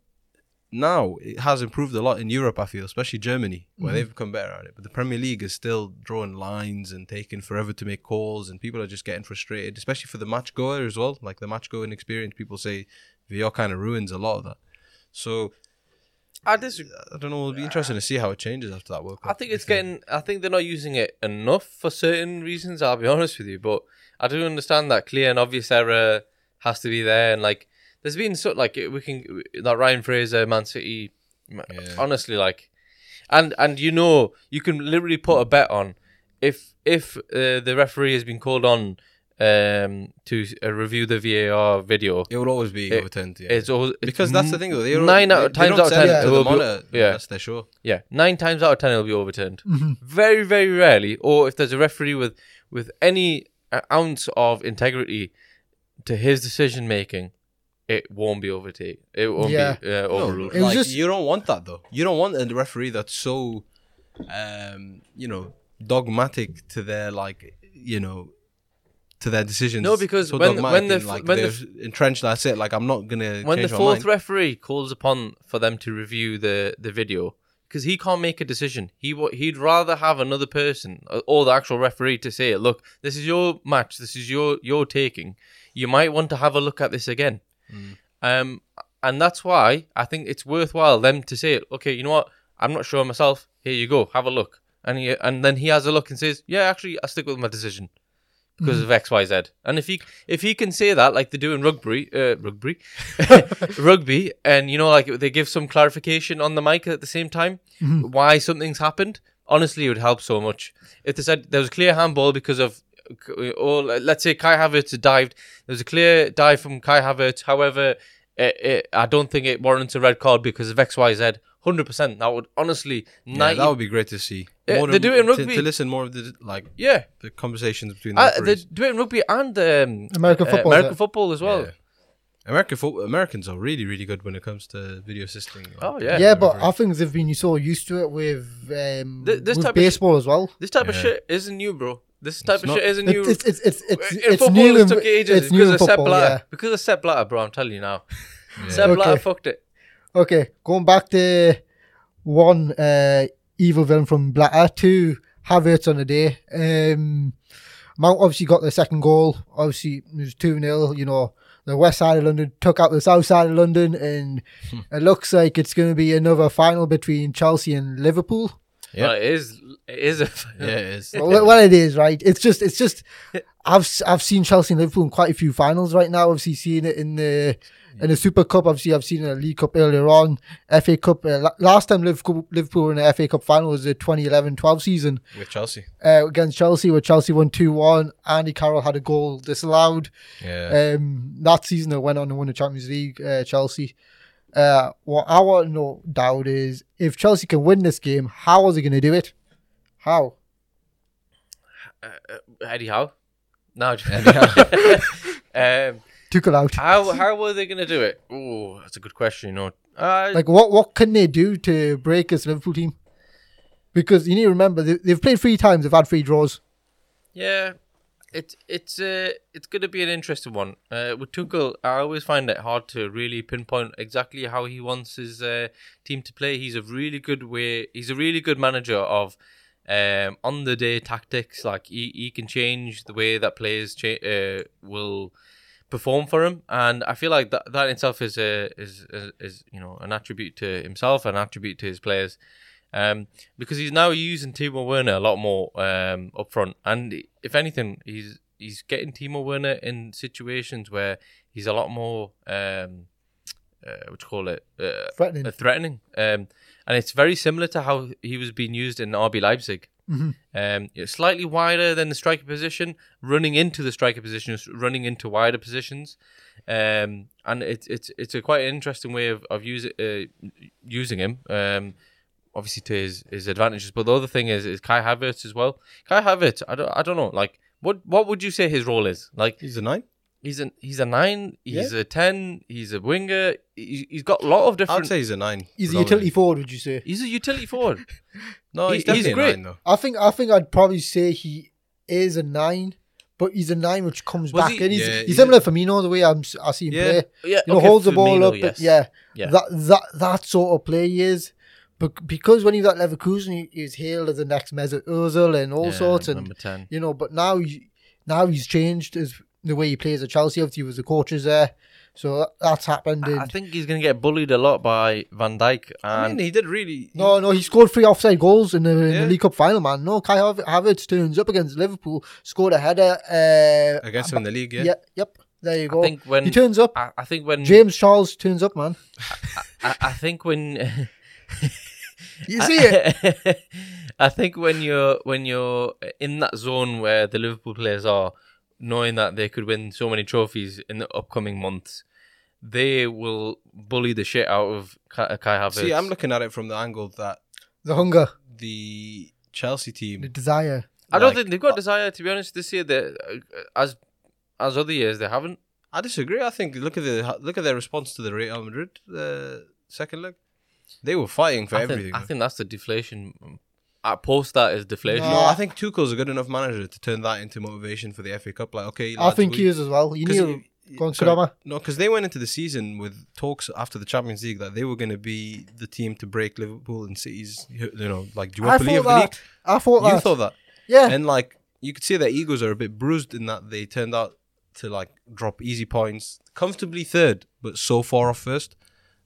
Speaker 2: now it has improved a lot in Europe, I feel, especially Germany, where
Speaker 3: Mm-hmm.
Speaker 2: they've become better at it. But the Premier League is still drawing lines and taking forever to make calls and people are just getting frustrated, especially for the match goer as well. Like the match going experience, people say VR kind of ruins a lot of that. So
Speaker 3: I disagree.
Speaker 2: I don't know, it'll be interesting to see how it changes after that World Cup.
Speaker 3: I think it's
Speaker 2: If they-
Speaker 3: getting. I think they're not using it enough for certain reasons. I'll be *laughs* honest with you, but I do understand that clear and obvious error has to be there, and like there's been so like we can that Ryan Fraser Man City. Honestly, like, and and you know you can literally put a bet on if if uh, the referee has been called on um to uh, review the VAR video.
Speaker 2: it will always be
Speaker 3: It-
Speaker 2: overturned, yeah.
Speaker 3: It's always
Speaker 2: because that's the thing though. They
Speaker 3: nine out
Speaker 2: they-
Speaker 3: of
Speaker 2: they
Speaker 3: times
Speaker 2: don't
Speaker 3: out of
Speaker 2: send
Speaker 3: ten,
Speaker 2: it to
Speaker 3: it
Speaker 2: the
Speaker 3: will be-
Speaker 2: monitor.
Speaker 3: yeah.
Speaker 2: That's their sure.
Speaker 3: Yeah, nine times out of ten it'll be overturned.
Speaker 1: Mm-hmm.
Speaker 3: Very, very rarely, or if there's a referee with with any uh, ounce of integrity to his decision making, it won't be overtaken. It won't
Speaker 1: Yeah.
Speaker 3: be uh, overruled.
Speaker 1: It was
Speaker 2: like,
Speaker 1: just-
Speaker 2: you don't want that though. You don't want a referee that's so, um, you know, dogmatic to their like, you know, to their decisions.
Speaker 3: No, because
Speaker 2: so
Speaker 3: when-
Speaker 2: dogmatic
Speaker 3: when the
Speaker 2: and,
Speaker 3: f-
Speaker 2: like
Speaker 3: when the
Speaker 2: they're entrenched. That's it. Like I'm not gonna
Speaker 3: when the
Speaker 2: change my
Speaker 3: fourth
Speaker 2: mind.
Speaker 3: referee calls upon for them to review the the video because he can't make a decision he wa- he'd rather have another person uh, or the actual referee to say look this is your match this is your your taking you might want to have a look at this again
Speaker 2: Mm.
Speaker 3: um and that's why i think it's worthwhile them to say okay you know what i'm not sure myself here you go have a look and he, and then he has a look and says yeah actually i stick with my decision because of X, Y, Z. And if he if he can say that, like they do in rugby, uh, rugby, rugby, and you know, like they give some clarification on the mic at the same time why something's happened. Honestly, it would help so much if they said there was a clear handball because of. Or let's say Kai Havertz dived. There was a clear dive from Kai Havertz. However, it, it, I don't think it warrants a red card because of X, Y, Z. Hundred percent. That would honestly
Speaker 2: Yeah,
Speaker 3: ninety.
Speaker 2: that would be great to see.
Speaker 3: Yeah,
Speaker 2: More
Speaker 3: they
Speaker 2: of-
Speaker 3: do it in
Speaker 2: to-
Speaker 3: rugby.
Speaker 2: To, listen more of the like
Speaker 3: yeah.
Speaker 2: the conversations between the,
Speaker 3: Uh, they
Speaker 2: referees.
Speaker 3: do it in rugby and um,
Speaker 1: American
Speaker 3: uh,
Speaker 1: football, is
Speaker 3: American
Speaker 1: it?
Speaker 3: football as well.
Speaker 2: Yeah. American fo- Americans are really really good when it comes to video assisting. like,
Speaker 3: Oh, yeah.
Speaker 1: Yeah, but
Speaker 2: referee.
Speaker 1: I think they've been so used to it with um,
Speaker 3: Th- this type
Speaker 1: with
Speaker 3: of
Speaker 1: baseball as well.
Speaker 3: This type of
Speaker 2: Yeah.
Speaker 3: shit isn't new, bro. This type of
Speaker 2: not-
Speaker 3: shit isn't new.
Speaker 1: It's it's it's it's it's,
Speaker 3: in
Speaker 1: it's
Speaker 3: football,
Speaker 1: new.
Speaker 3: it
Speaker 1: In,
Speaker 3: took ages
Speaker 1: it's
Speaker 3: because
Speaker 1: new in
Speaker 3: of Sepp
Speaker 1: football.
Speaker 3: Blatter.
Speaker 1: Yeah.
Speaker 3: Because of Sepp Blatter, bro. I'm telling you now.
Speaker 2: Yeah.
Speaker 3: Sepp Blatter
Speaker 1: Okay.
Speaker 3: fucked it.
Speaker 1: Okay, going back to one uh, evil villain from Blatter to Havertz on the day. Um, Mount obviously got the second goal. Obviously, it was 2 0. You know, the west side of London took out the south side of London, and it looks like it's going to be another final between Chelsea and Liverpool.
Speaker 2: Yeah.
Speaker 3: Well, it is. It is a.
Speaker 2: yeah, it is.
Speaker 1: well, well, it is, right? It's just, it's just. I've s- I've seen Chelsea and Liverpool in quite a few finals right now. Obviously, seeing it in the in the Super Cup. Obviously, I've seen it in the League Cup earlier on. FA Cup. Uh, la- last time Liverpool Liverpool were in the FA Cup final was the 2011-12 season
Speaker 2: With Chelsea.
Speaker 1: uh, against Chelsea, where Chelsea won two one. Andy Carroll had a goal disallowed.
Speaker 3: Uh,
Speaker 2: Yeah.
Speaker 1: Um, that season they went on and won the Champions League. Uh, Chelsea. Uh, what I want to know, doubt is if Chelsea can win this game, how are they going to do it? How?
Speaker 3: Eddie Howe. No. I'm joking.
Speaker 2: Eddie
Speaker 3: *laughs* um,
Speaker 1: Tuchel out.
Speaker 3: how how are they gonna do it? Oh, that's a good question. You know. Uh,
Speaker 1: Like, what what can they do to break this Liverpool team? Because you need to remember they, they've played three times, they've had three draws.
Speaker 3: Yeah, it, it's uh, it's going to be an interesting one. Uh, with Tuchel, I always find it hard to really pinpoint exactly how he wants his uh, team to play. He's a really good way. He's a really good manager of um, on the day tactics. Like he, he can change the way that players cha- uh, will perform for him, and I feel like that that in itself is a is, is is you know an attribute to himself, an attribute to his players. Um, because he's now using Timo Werner a lot more um, up front, and if anything, he's he's getting Timo Werner in situations where he's a lot more um, uh, what do you call it uh,
Speaker 1: Threatening.
Speaker 3: uh, threatening. Um, and it's very similar to how he was being used in RB Leipzig. Um, it's slightly wider than the striker position, running into the striker position, just running into wider positions. Um, and it's it's it's a quite interesting way of of use, uh, using him. Um, obviously to his, his advantages. But the other thing is is Kai Havertz as well. Kai Havertz, I don't I don't know. Like what what would you say his role is? Like
Speaker 2: He's a nine.
Speaker 3: he's an he's a nine, he's a ten, he's a winger. He, he's got a lot of different.
Speaker 2: I'd say he's a nine.
Speaker 1: He's a
Speaker 2: predominantly.
Speaker 1: utility forward, would you say?
Speaker 3: He's a utility forward.
Speaker 2: No,
Speaker 3: He-
Speaker 2: he's
Speaker 3: he's
Speaker 2: definitely a
Speaker 3: great.
Speaker 2: nine though.
Speaker 1: I think I think I'd probably say he is a nine, but he's a nine which comes
Speaker 3: Was
Speaker 1: back
Speaker 3: he-
Speaker 1: in. He's,
Speaker 2: Yeah,
Speaker 1: he's
Speaker 2: he's
Speaker 1: similar to Firmino the way I'm, s- I see him
Speaker 2: Yeah.
Speaker 1: play.
Speaker 3: *laughs* yeah,
Speaker 1: You know,
Speaker 3: okay,
Speaker 1: holds the ball
Speaker 3: Firmino,
Speaker 1: up.
Speaker 3: yes.
Speaker 1: But yeah,
Speaker 3: Yeah.
Speaker 1: that that that sort of play he is. But because when he was at Leverkusen, he, he was hailed as the next Mesut Ozil and all
Speaker 3: Yeah,
Speaker 1: sorts. And
Speaker 3: number ten.
Speaker 1: you know. But now, he, now he's changed his the way he plays at Chelsea. Obviously, he was the coaches there, so that, that's happened. And,
Speaker 3: I think he's gonna get bullied a lot by Van Dijk
Speaker 2: I
Speaker 3: and
Speaker 2: mean, he did really.
Speaker 1: no, no, he scored three offside goals in the, in
Speaker 2: Yeah.
Speaker 1: the League Cup final, man. No, Kai Hav- Havertz turns up against Liverpool, scored a header. Uh,
Speaker 2: against him in the league. Yeah.
Speaker 1: yeah, yep, there you go.
Speaker 3: think when-
Speaker 1: he turns up,
Speaker 3: I, I think when
Speaker 1: James Charles turns up, man.
Speaker 3: I, I think when
Speaker 1: *laughs*
Speaker 3: *laughs*
Speaker 1: You see it?
Speaker 3: I think when you're when you're in that zone where the Liverpool players are, knowing that they could win so many trophies in the upcoming months, they will bully the shit out of Kai, Kai Havertz.
Speaker 2: See, I'm looking at it from the angle that
Speaker 1: The hunger,
Speaker 2: the Chelsea
Speaker 1: the
Speaker 2: team.
Speaker 1: desire.
Speaker 3: I don't
Speaker 2: like-
Speaker 3: think they've got desire to be honest this year. They, uh, as as other years, they haven't.
Speaker 2: I disagree. I think look at the look at their response to the Real Madrid uh, second leg. They were fighting for
Speaker 3: I
Speaker 2: everything.
Speaker 3: think, I think that's the deflation. I post that as deflation.
Speaker 2: no, I think Tuchel's a good enough manager to turn that into motivation for the FA Cup. Like, okay,
Speaker 1: I
Speaker 2: lads,
Speaker 1: think
Speaker 2: we-
Speaker 1: he is as well. You
Speaker 2: Because
Speaker 1: knew.
Speaker 2: you-
Speaker 1: Go on,
Speaker 2: sorry.
Speaker 1: Kodama.
Speaker 2: No, because they went into the season with talks after the Champions League that they were going to be the team to break Liverpool and City's, you know, like
Speaker 1: I
Speaker 2: duopoly
Speaker 1: thought
Speaker 2: of the league.
Speaker 1: that. I thought that.
Speaker 2: You thought that,
Speaker 1: *laughs* yeah.
Speaker 2: and like you could see their egos are a bit bruised in that they turned out to like drop easy points, comfortably third, but so far off first.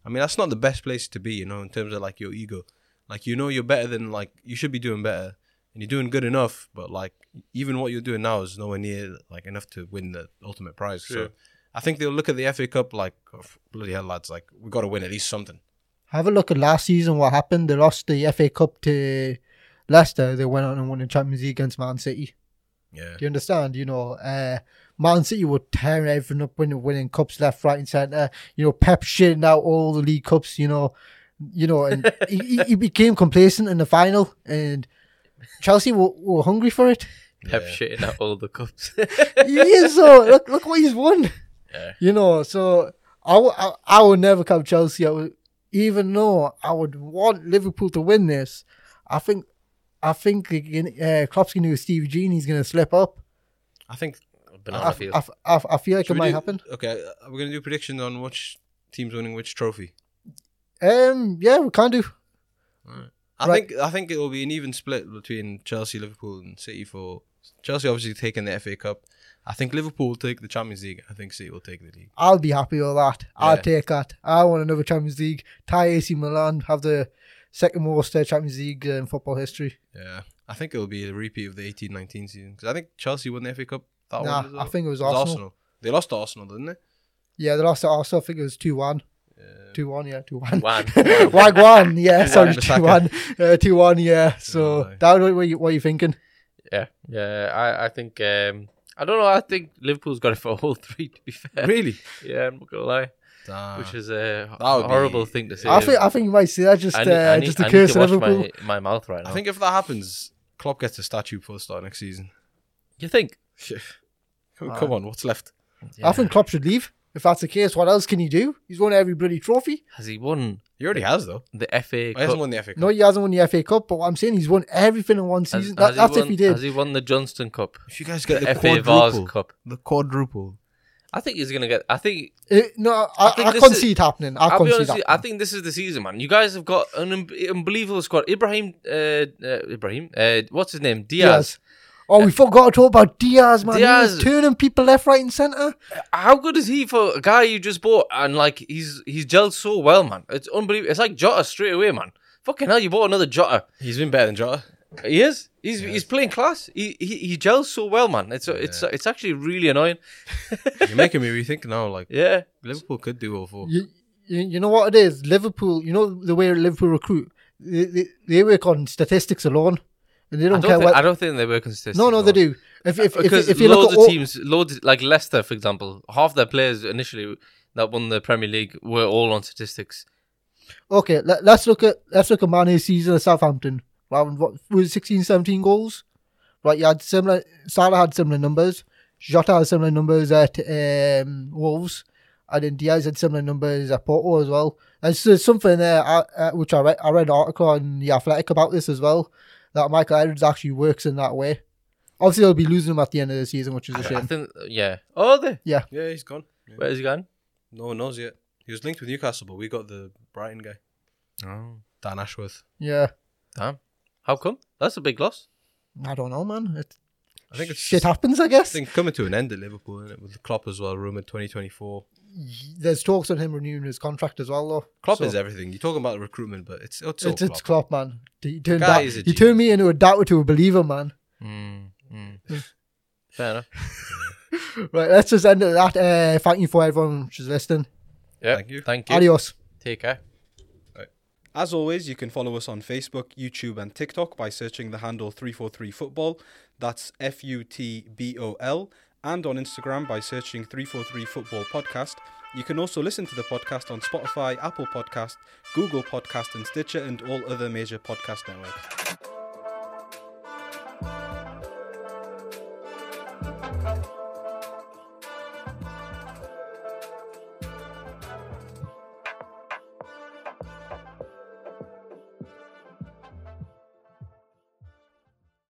Speaker 2: I mean, that's not the best place to be, you know, in terms of like your ego. Like you know, you're better than like you should be doing better, and you're doing good enough, but like even what you're doing now is nowhere near like enough to win the ultimate prize.
Speaker 3: Sure.
Speaker 2: So I think they'll look at the FA Cup like oh, bloody hell, lads, like we got to win at least something.
Speaker 1: Have a look at last season. What happened? They lost the FA Cup to Leicester. They went on and won the Champions League against Man City.
Speaker 2: Yeah,
Speaker 1: Do you understand? You know, uh, Man City were tearing everything up, winning, winning cups left, right, and centre. You know, Pep shitting out all the league cups. You know, you know, and he, he- he became complacent in the final, and Chelsea were, were hungry for it.
Speaker 3: Pep
Speaker 2: Yeah.
Speaker 3: shitting out all the
Speaker 2: *laughs*
Speaker 3: cups. *laughs*
Speaker 1: He is so look, look what he's won.
Speaker 3: Yeah.
Speaker 1: You know, so I wou- I I would never count Chelsea. I would, even though I would want Liverpool to win this, I think. I think uh, Klopp's going to do a Stevie G and he's going to slip up.
Speaker 2: I think.
Speaker 3: Banana
Speaker 1: I,
Speaker 3: field.
Speaker 1: I, I, I feel like
Speaker 2: Should
Speaker 1: it
Speaker 2: we
Speaker 1: might
Speaker 2: do-
Speaker 1: happen.
Speaker 2: Okay, uh, we're gonna do predictions on which teams winning which trophy.
Speaker 1: Um, yeah, we can do.
Speaker 2: I
Speaker 1: Right.
Speaker 2: think I think it will be an even split between Chelsea, Liverpool, and City. For Chelsea, obviously taking the FA Cup. I think Liverpool will take the Champions League. I think City will take the league.
Speaker 1: I'll be happy with that. I'll
Speaker 2: Yeah.
Speaker 1: take that. I want another Champions League. Tie AC Milan have the second most uh, Champions League uh, in football history.
Speaker 2: Yeah, I think it will be a repeat of the 18-19 season because I think Chelsea won the FA Cup. That
Speaker 1: nah,
Speaker 2: one as
Speaker 1: I
Speaker 2: well.
Speaker 1: think it was
Speaker 2: It Oh, was
Speaker 1: Arsenal.
Speaker 2: They lost to Arsenal, didn't they?
Speaker 1: Yeah, they lost to Arsenal. I think it was 2 1.
Speaker 2: Yeah.
Speaker 1: 2 1, yeah, 2 1. *laughs*
Speaker 3: Wan. *laughs*
Speaker 1: Wagwan, yeah, sorry, 2
Speaker 2: Bissaka.
Speaker 1: 1. Uh, 2 1, yeah. So,
Speaker 3: Oh,
Speaker 2: Aye.
Speaker 1: that was what you, what you thinking.
Speaker 3: yeah, yeah. I, I think um, I don't know. I think Liverpool's got it for all *laughs* three. To be
Speaker 2: *laughs*
Speaker 3: fair,
Speaker 2: Really?
Speaker 3: yeah, I'm not gonna lie, which is a
Speaker 2: Ah. would be-
Speaker 3: horrible thing to say.
Speaker 1: I think I think you might see that just,
Speaker 3: I need- I
Speaker 1: uh,
Speaker 3: need-
Speaker 1: just the
Speaker 3: I need
Speaker 1: curse
Speaker 3: to
Speaker 1: of
Speaker 3: wash
Speaker 1: Liverpool.
Speaker 3: My, my mouth right now.
Speaker 2: I think if that happens, Klopp gets a statue for the start next season.
Speaker 3: you think.
Speaker 2: *laughs* Come,
Speaker 1: Aye.
Speaker 2: come on, what's left?
Speaker 1: I think Klopp should leave. If that's the case, what else can he do? He's won every bloody trophy.
Speaker 3: has he won
Speaker 2: He already has though.
Speaker 3: the FA?
Speaker 2: He hasn't
Speaker 3: Cup?
Speaker 2: won the FA Cup.
Speaker 1: No, he hasn't won the FA Cup, but what I'm saying, he's won everything in one
Speaker 3: Has-
Speaker 1: season. That,
Speaker 3: has
Speaker 1: that's
Speaker 3: won,
Speaker 1: if he did.
Speaker 3: Has he won the Johnston Cup?
Speaker 2: If you guys get the,
Speaker 3: The FA Vars
Speaker 2: quadruple,
Speaker 3: Cup.
Speaker 2: the quadruple.
Speaker 3: I think he's gonna get. I think
Speaker 1: Uh, no, I,
Speaker 3: I think
Speaker 1: I,
Speaker 3: this
Speaker 1: can't
Speaker 3: is-
Speaker 1: see it happening. I
Speaker 3: I'll
Speaker 1: can't
Speaker 3: be
Speaker 1: see
Speaker 3: honest.
Speaker 1: that.
Speaker 3: With you, I think this is the season, man. You guys have got an un- unbelievable squad. Ibrahim, uh, uh, Ibrahim, uh, what's his name? Diaz.
Speaker 1: Oh, we forgot to talk about Diaz, man. He
Speaker 3: Diaz.
Speaker 1: was turning people left, right, and centre.
Speaker 3: How good is he for a guy you just bought? And like, he's he's gelled so well, man. It's unbelievable. It's like Jota straight away, man. Fucking hell, you bought another Jota.
Speaker 2: He's been better than Jota.
Speaker 3: He is. He's he's playing class. He he, he gels so well, man. It's it's it's actually really annoying.
Speaker 2: You're making me rethink now. Like
Speaker 3: Yeah.
Speaker 2: Liverpool could do all four.
Speaker 1: You, you, you know what it is? Liverpool, you know the way Liverpool recruit? They, they, they work on statistics alone. And they
Speaker 3: I
Speaker 1: don't,
Speaker 3: don't,
Speaker 1: care
Speaker 3: think,
Speaker 1: what.
Speaker 3: I don't think they were consistent.
Speaker 1: no, no, they
Speaker 3: though.
Speaker 1: do. If, if, if,
Speaker 3: because
Speaker 1: if you
Speaker 3: loads
Speaker 1: look at
Speaker 3: of
Speaker 1: all,
Speaker 3: teams, loads like Leicester, for example, half their players initially that won the Premier League were all on statistics.
Speaker 1: Okay, let, let's look at let's look at Mane's season at Southampton. Around what was it 16, 17 goals? Right, you had similar. Salah had similar numbers. Jota had similar numbers at um, Wolves, and then Diaz had similar numbers at Porto as well. And so there's something there uh, uh, which I read. I read an article on the Athletic about this as well. That Michael Edwards actually works in that way. Obviously, they'll be losing him at the end of the season, which is a
Speaker 3: I
Speaker 1: shame.
Speaker 3: think, yeah. Oh, they.
Speaker 2: Yeah, he's gone. Yeah.
Speaker 3: Where's he gone?
Speaker 2: No one knows yet. He was linked with Newcastle, but we got the Brighton guy,
Speaker 3: Oh,
Speaker 2: Dan Ashworth.
Speaker 1: Yeah,
Speaker 3: damn. How come? That's a big loss.
Speaker 1: I don't know, man. It,
Speaker 2: I think it's
Speaker 1: shit
Speaker 2: just-
Speaker 1: happens, I
Speaker 2: I
Speaker 1: guess.
Speaker 2: think coming to an end at Liverpool, isn't it? With Klopp as well, rumored 2024.
Speaker 1: There's talks on him renewing his contract as well, though.
Speaker 2: Klopp
Speaker 1: So-
Speaker 2: is everything. You're talking about recruitment, but it's it's, all
Speaker 1: it's, it's
Speaker 2: Klopp.
Speaker 1: Klopp, man. He turned,
Speaker 2: Guy
Speaker 1: that-
Speaker 2: is a
Speaker 1: he turned me into a doubter to a believer, man.
Speaker 3: Fair enough.
Speaker 1: Right, let's just end it at that. Uh, thank you for everyone who's listening.
Speaker 3: Yeah.
Speaker 2: Thank you.
Speaker 3: Thank you.
Speaker 1: Adios.
Speaker 3: Take care.
Speaker 4: As always, you can follow us on Facebook, YouTube, and TikTok by searching the handle 343football. That's F U T B O L. And on Instagram by searching 343football podcast. You can also listen to the podcast on Spotify, Apple Podcast, Google Podcast, and Stitcher, and all other major podcast networks.